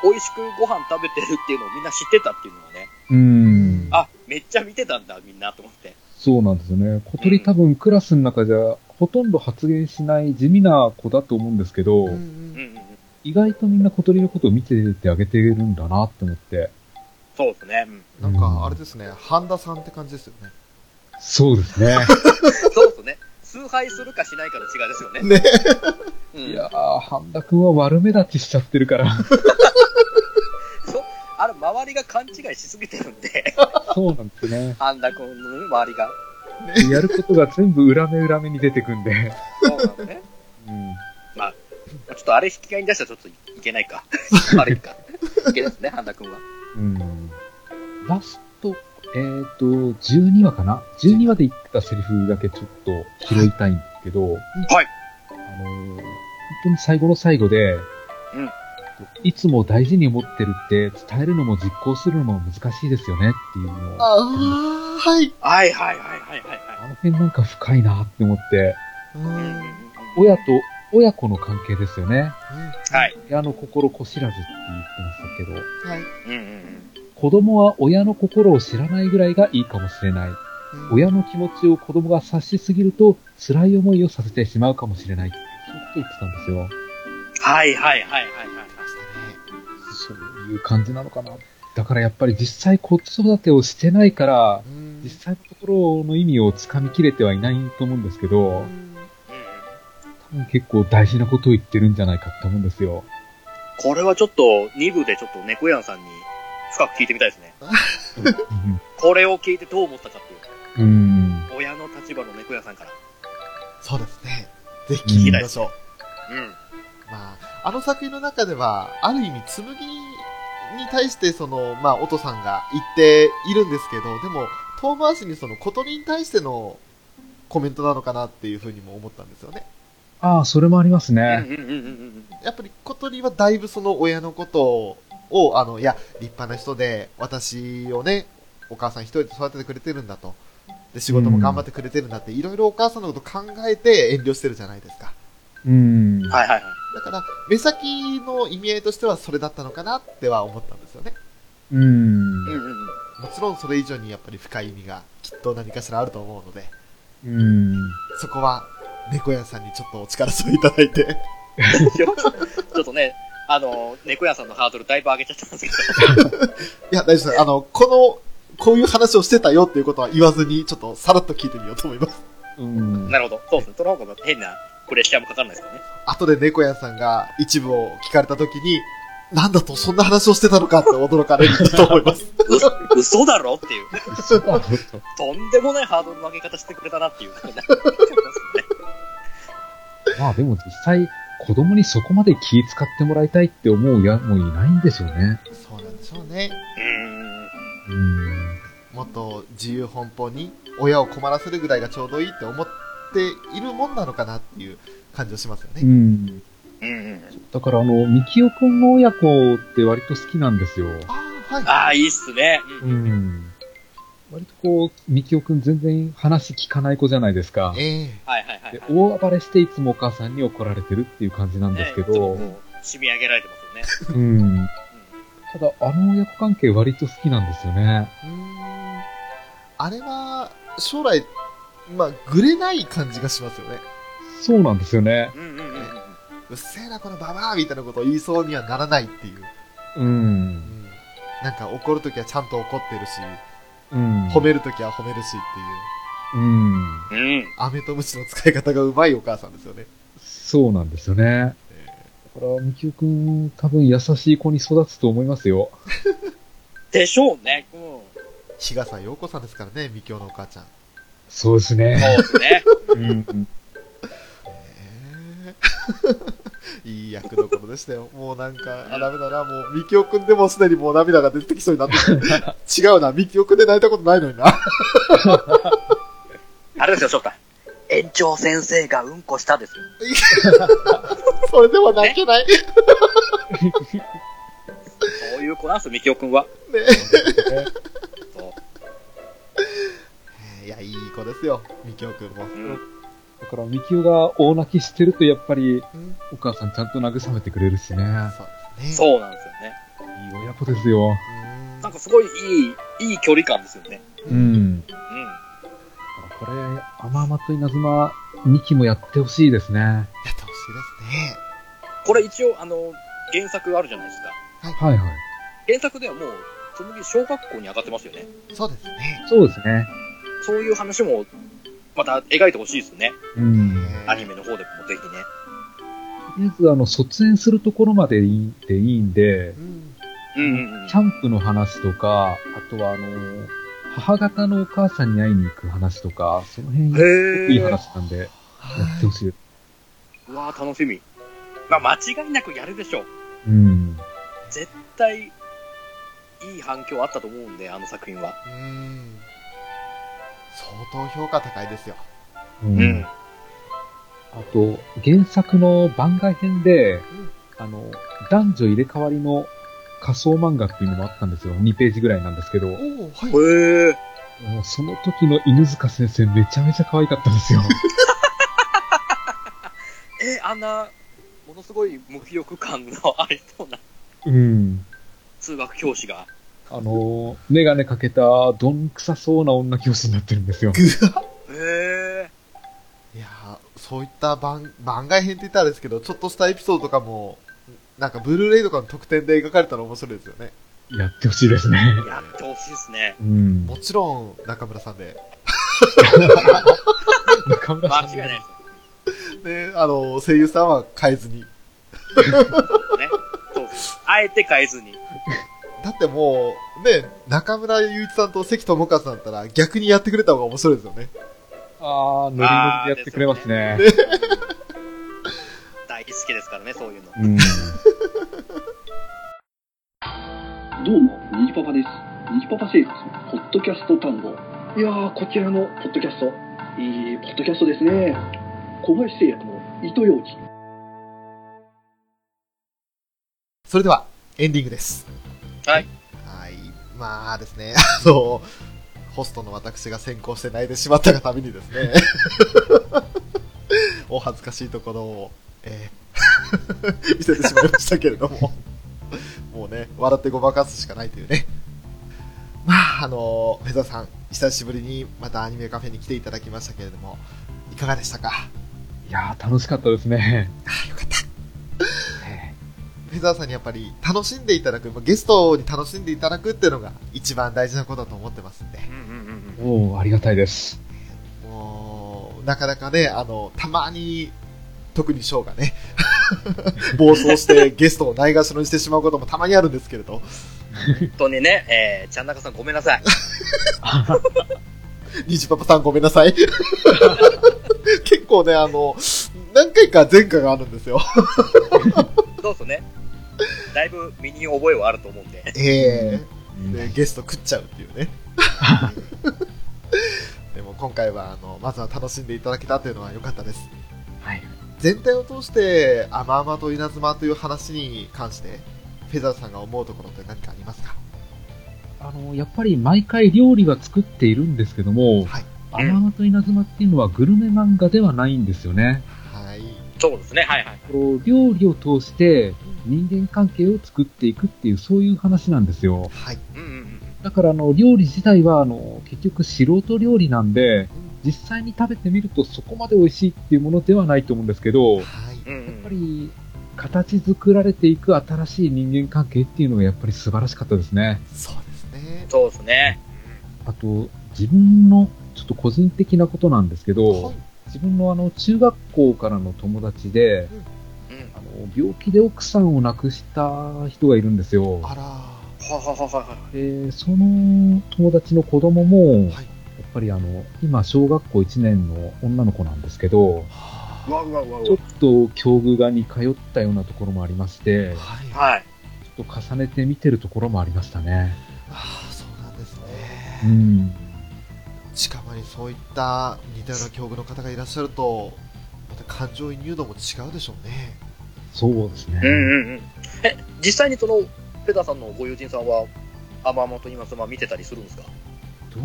S2: 美味しくご飯食べてるっていうのをみんな知ってたっていうのはね、
S1: うん。
S2: あ、めっちゃ見てたんだみんなと思って。
S1: そうなんですよね。小鳥多分、クラスの中じゃ、ほとんど発言しない地味な子だと思うんですけど、
S2: うんうんうん。
S1: 意外とみんな小鳥のことを見ててあげてるんだなって思って。
S2: そうですね。うん
S3: なんか、あれですね、半田さんって感じですよね。
S1: そうですね。
S2: そうですね。崇拝するかしないかの違いですよね。
S3: ね
S2: うん、
S1: いやー、半田くんは悪目立ちしちゃってるから。
S2: そうあれ、周りが勘違いしすぎてるんで、
S1: そうなんですね。
S2: あんなこのね周りが。
S1: やることが全部裏目裏目に出てくんで。
S2: そうなのね。
S1: うん。
S2: まあ、ちょっとあれ引き合いに出したらちょっといけないか。悪いか。いけないですね、半田君は。
S1: うん。ラスト、えっ、ー、と、12話かな ?12 話で言ってたセリフだけちょっと拾いたいんですけど、
S2: はい。
S1: あのー本当に最後の最後で、
S2: うん
S1: いつも大事に思ってるって伝えるのも実行するのも難しいですよねっていうのを、あ
S3: ああ、はい。
S2: はいはいはいはいはいは
S1: の辺なんか深いなって思って、
S3: うん
S2: い。うんうん
S3: うん
S2: うん
S1: 親と親子の関係ですよね。
S2: はい。
S1: 親の心こ知らずって言ってましたけど、
S3: はい。
S2: うんうんうん。
S1: 子供は親の心を知らないぐらいがいいかもしれない。
S3: うん
S1: 親の気持ちを子供が察しすぎると辛い思いをさせてしまうかもしれない。そういうこと言ってたんですよ。
S2: はいはいはいはいはい。
S1: そういう感じなのかな。だからやっぱり実際子育てをしてないから、
S3: うん
S1: 実際のところの意味をつかみきれてはいないと思うんですけど、
S2: うんうん
S1: 多分結構大事なことを言ってるんじゃないかと思うんですよ。
S2: これはちょっと2部でちょっと猫やんさんに深く聞いてみたいですね。これを聞いてどう思ったかっていう。
S1: うん。
S2: 親の立場の猫やんさんから。
S3: そうですね。ぜひ聞いてみましょう。
S2: うん。
S3: まあ、あの作品の中では、ある意味、紬に対して、その、まあ、おとさんが言っているんですけど、でも、遠回しにその、小鳥に対してのコメントなのかなっていうふうにも思ったんですよね。
S1: ああ、それもありますね。
S2: うんうんうんうん
S3: やっぱり小鳥はだいぶその親のことを、あの、いや、立派な人で、私をね、お母さん一人で育ててくれてるんだと。で、仕事も頑張ってくれてるんだって、いろいろお母さんのこと考えて遠慮してるじゃないですか。
S1: うん。
S2: うん。はいはいはい。
S3: だから、目先の意味合いとしてはそれだったのかなっては思ったんですよね。
S1: うん。
S3: もちろんそれ以上にやっぱり深い意味がきっと何かしらあると思うので、
S1: うん。
S3: そこは猫屋さんにちょっとお力添えいただいて。
S2: ちょっとね、あの、猫屋さんのハードルだいぶ上げちゃったんですけど。
S3: いや、大丈夫です。あの、この、こういう話をしてたよっていうことは言わずに、ちょっとさらっと聞いてみようと思います。
S1: うん。
S2: なるほど。そうですね。トランコが変なプレッシャーもかかんないですよね。
S3: 後で猫屋さんが一部を聞かれた時に、なんだとそんな話をしてたのかって驚かれると思います。
S2: う嘘だろっていう。とんでもないハードルの上げ方してくれたなっていう。
S1: まあでも実際、子供にそこまで気使ってもらいたいって思うやもういないんですよね。
S3: そうなんでしょうね。
S1: うん。
S3: もっと自由奔放に親を困らせるぐらいがちょうどいいって思っているもんなのかなっていう感じはしますよね。
S1: うん。
S2: うん。
S1: だからあの、みきおくんの親子って割と好きなんですよ。
S2: ああ、いいっすね。
S1: うん。割とこう、みきおくん全然話聞かない子じゃないですか。
S3: ええ
S2: はいはいはい。
S1: で大暴れしていつもお母さんに怒られてるっていう感じなんですけど、
S2: 染み上げられてますよ
S1: う
S2: ね。
S1: ん。ただ、あの親子関係割と好きなんですよね。
S3: あれは、将来、まあ、ぐれない感じがしますよね。
S1: そうなんですよね。
S3: うっせえな、このババアみたいなことを言いそうにはならないっていう。
S1: うん。
S3: なんか怒るときはちゃんと怒ってるし、
S1: うん。
S3: 褒めるときは褒めるしっていう
S1: うん。、
S3: 飴と鞭の使い方がうまいお母さんですよね。
S1: そうなんですよね。だから、みきおくん、多分優しい子に育つと思いますよ。
S2: でしょうね。うん。
S3: 日傘陽子さんですからね、みきおのお母ちゃん。
S1: そうですね。
S2: そうですね。
S1: うん。
S3: いい役どころでしたよ。もうなんか、あ、ダメだな、もう、みきおくんでもすでにもう涙が出てきそうになってきて 違うな、みきおくんで泣いたことないのにな。
S2: あ れですよ、翔太。園長先生がうんこしたですよ。
S3: それでも泣けない。
S2: そういう子なんですよ、みきおくんは。
S3: ねえ。いや、いい子ですよ、みきおくんも。
S1: だから、みきおが大泣きしてると、やっぱり、お母さんちゃんと慰めてくれるしね。
S2: そうなんですよね。
S1: いい親子ですよ。
S2: なんかすごいいい、いい距離感ですよね。
S1: うん。
S2: うん。
S1: これ、甘々と稲妻、2期もやってほしいですね。
S2: これ一応、あの、原作あるじゃないですか。
S1: はいはい。
S2: 原作ではもう、つむぎ小学校に上がってますよね。
S3: そうですね。
S1: そうですね。
S2: そういう話も、また描いてほしいですね。
S1: うん。
S2: アニメの方でもぜひね。
S1: とりあえず、あの、卒園するところまでいいでいいんで、キャンプの話とか、あとは、あの、母方のお母さんに会いに行く話とか、その辺、
S2: へー
S1: いい話なんで、やってほしい。
S2: うわー楽しみ。まあ、間違いなくやるでしょう。
S1: うん。
S2: 絶対、いい反響あったと思うんで、あの作品は。
S3: うん。相当評価高いですよ。
S1: うん。あと、原作の番外編で、あの、男女入れ替わりの仮想漫画っていうのもあったんですよ。2ページぐらいなんですけど、
S3: おお、はい。
S2: へえ。
S1: もうその時の犬塚先生めちゃめちゃ可愛かったん ですよ。
S2: えーあんな、ものすごい無気力感のありそうな
S1: うん。
S2: 通学教師が。
S1: あの、メガネかけたどんくさそうな女教師になってるんですよ。
S2: へ
S3: え。いやーそういった番番外編って言ったらあれですけど、ちょっとしたエピソードとかも、なんかブルーレイとかの特典で描かれたら面白いですよね。
S1: やってほしいですね。
S2: やってほしいですね。
S1: うん。
S3: もちろん、中村さんで。
S1: 中村
S2: さん間違いないです
S3: ね、あの、声優さんは変えずに。
S2: ね。そうです。あえて変えずに。
S3: だってもう、ね、中村雄一さんと関智和さんだったら逆にやってくれた方が面白いですよね。
S1: ああ、ノリノリでやってくれますね。
S2: 大好きですからね、そういうの。
S1: うん。
S15: どうも、にじパパです。にじパパ生活のポッドキャスト探訪。いやー、こちらのポッドキャスト、いいポッドキャストですね。小林製薬の糸ようじ。
S3: それでは、エンディングです。
S2: はい。
S3: はい。まあですね、 あの、ホストの私が先行して泣いてしまったがためにですね、 お恥ずかしいところを、え ー見せてしまいましたけれども、もうね、笑ってごまかすしかないというね、あのー、フェザーさん、久しぶりにまたアニメカフェに来ていただきましたけれども、いかがでしたか
S1: いやー、楽しかったですね。
S3: フェザーさんにやっぱり楽しんでいただく、まあゲストに楽しんでいただくっていうのが一番大事なことだと思ってますんで、
S1: おおありがたいです。
S3: もう、なかなかね、あの、たまに、特にショー がね、暴走してゲストをないがしろにしてしまうこともたまにあるんですけれど、
S2: 本当にね、えー、ちゃんなかさんごめんなさい。
S3: ニジパパさんごめん なさい。結構ね、あの、何回か前科があるんですよ。
S2: そうっすね。だいぶ身に覚えはあると思うんで。
S3: ええでゲスト食っちゃうっていうね。でも今回はあのまずは楽しんでいただけたというのは良かったです。
S1: はい。
S3: 全体を通して「あまあまと稲妻」という話に関してフェザーさんが思うところって何かありますか
S1: あの、やっぱり毎回料理は作っているんですけども、アママと稲妻っていうのはグルメ漫画ではないんですよね。
S3: はい。
S2: そうですね、はいはい。
S1: こう料理を通して人間関係を作っていくっていう、そういう話なんですよ。
S3: はい。
S2: うんうん
S1: だから、あの、料理自体は、あの、結局素人料理なんで、実際に食べてみるとそこまで美味しいっていうものではないと思うんですけど、やっ
S2: うん。うんうん
S1: ぱり、形作られていく新しい人間関係っていうのがやっぱり素晴らしかったですね。
S3: そうですね。
S2: そうですね。
S1: あと、自分の、ちょっと個人的なことなんですけど、自分のあの、中学校からの友達で、
S2: うん。
S1: あの病気で奥さんを亡くした人がいるんですよ。
S3: あら
S2: ははははは。
S1: で、その友達の子供も、やっぱりあの、今、小学校1年の女の子なんですけど、
S2: うわうわうわう
S1: ちょっと境遇が似通ったようなところもありまして、
S2: わ。はい。
S1: ちょっと重ねて見てるところもありましたね。
S3: ああそうなんですね。
S1: うん。
S3: 近場にそういった似たような境遇の方がいらっしゃるとまた感情移入度も違うでしょうね。
S1: そうですね。
S2: うんうんうん。え、実際にその、ペダさんのご友人さんは、アマモと今様見てたりするんですか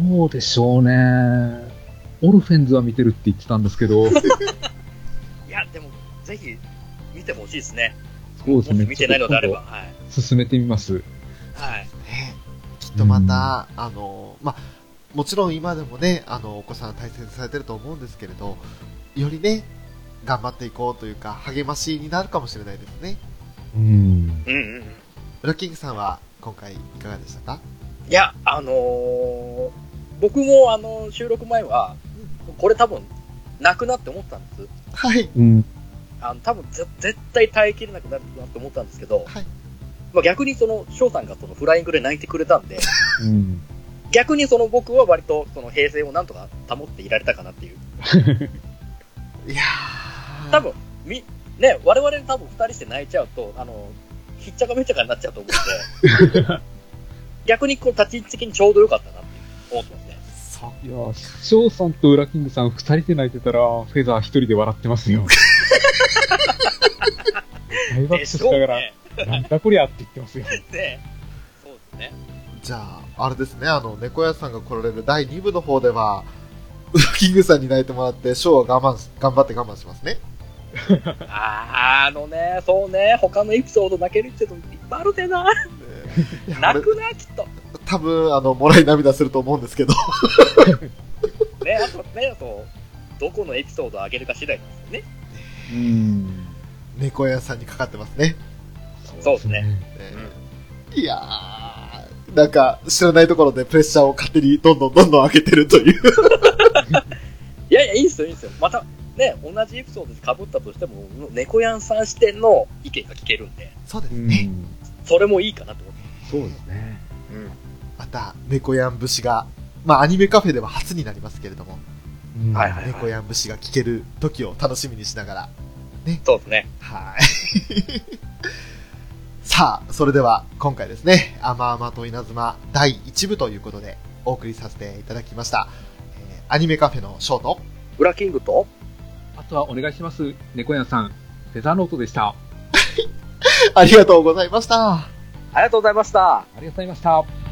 S1: どうでしょうね。オルフェンズは見てるって言ってたんですけ ど、そ
S2: いや、でも、ぜひ、見てほしいですね。
S1: うです
S2: も
S1: ね。
S2: し見てないのであれば。はい。
S1: 進めてみます。
S2: はい。
S3: ねきっとまた、あのまあ、もちろん今でもねあのお子さん大切にされてると思うんですけれどよりね頑張っていこうというか励ましになるかもしれないですね。
S1: うん。
S2: うんうんうん。
S3: ブラッキングさんは今回いかがでしたか
S2: いや、あのー僕もあの収録前は、これ多分、なくなって思ったんです。
S3: はい。
S1: うん。
S2: あの多分ぜ絶対耐えきれなくなるなって思ったんですけど、
S3: はい
S2: まあ、逆にその翔さんがそのフライングで泣いてくれたんで、
S1: うん。
S2: 逆にその僕は割とその平静をなんとか保っていられたかなっていう。
S3: いやー
S2: 多分、み、ね、我々多分二人して泣いちゃうと、あの、ひっちゃかめっちゃかになっちゃうと思うんで、 逆にこう立ち位置的にちょうどよかったなって思ってますね。
S3: そ
S1: いやー、翔さんとウラキングさん二人で泣いてたら、フェザー一人で笑ってます よ。大爆笑しなが
S2: で
S1: ら、なんだこりゃって言ってますよ。
S2: ね、そうですね。
S3: じゃあ、あれですね、あの、猫屋さんが来られる第2部の方では、ウラキングさんに泣いてもらって、ショーは我慢し、頑張って我慢しますね。
S2: あーあのね、そうね、他のエピソード泣けるって言ってもいっぱいあるでな。
S3: いやあ
S2: 泣
S3: れ
S2: くな、きっと。
S3: 多分、あの、もらい涙すると思うんですけど。
S2: ね、あとね、そう、どこのエピソードを上げるか次第ですよね。
S1: うん。
S3: 猫屋さんにかかってますね。
S2: そうですね。
S3: えーいやー、なんか、知らないところでプレッシャーを勝手にどんどんどんどん上げてるという。
S2: いやいや、いいっすよ、いいっすよ。また、ね、同じエピソードで被ったとしても、猫やんさん視点の意見が聞けるんで、
S3: そうです
S1: う
S3: ね。
S1: ん。
S2: それもいいかなと思って。
S1: そうですね。
S2: うん。
S3: また、猫やん節が、まあ、アニメカフェでは初になりますけれども、
S1: うん
S2: はいはい
S3: 猫やん節が聞ける時を楽しみにしながら、
S2: そうですね。
S3: はい。 さあ、それでは今回ですね、あまあまと稲妻第1部ということでお送りさせていただきました。えーアニメカフェのショー ト、
S2: ブラキングと、
S1: あとはお願いします、猫屋さん。フェザーノートでした。あ
S3: ありがとうございました。
S2: ありがとうございました。
S1: りがとうございました。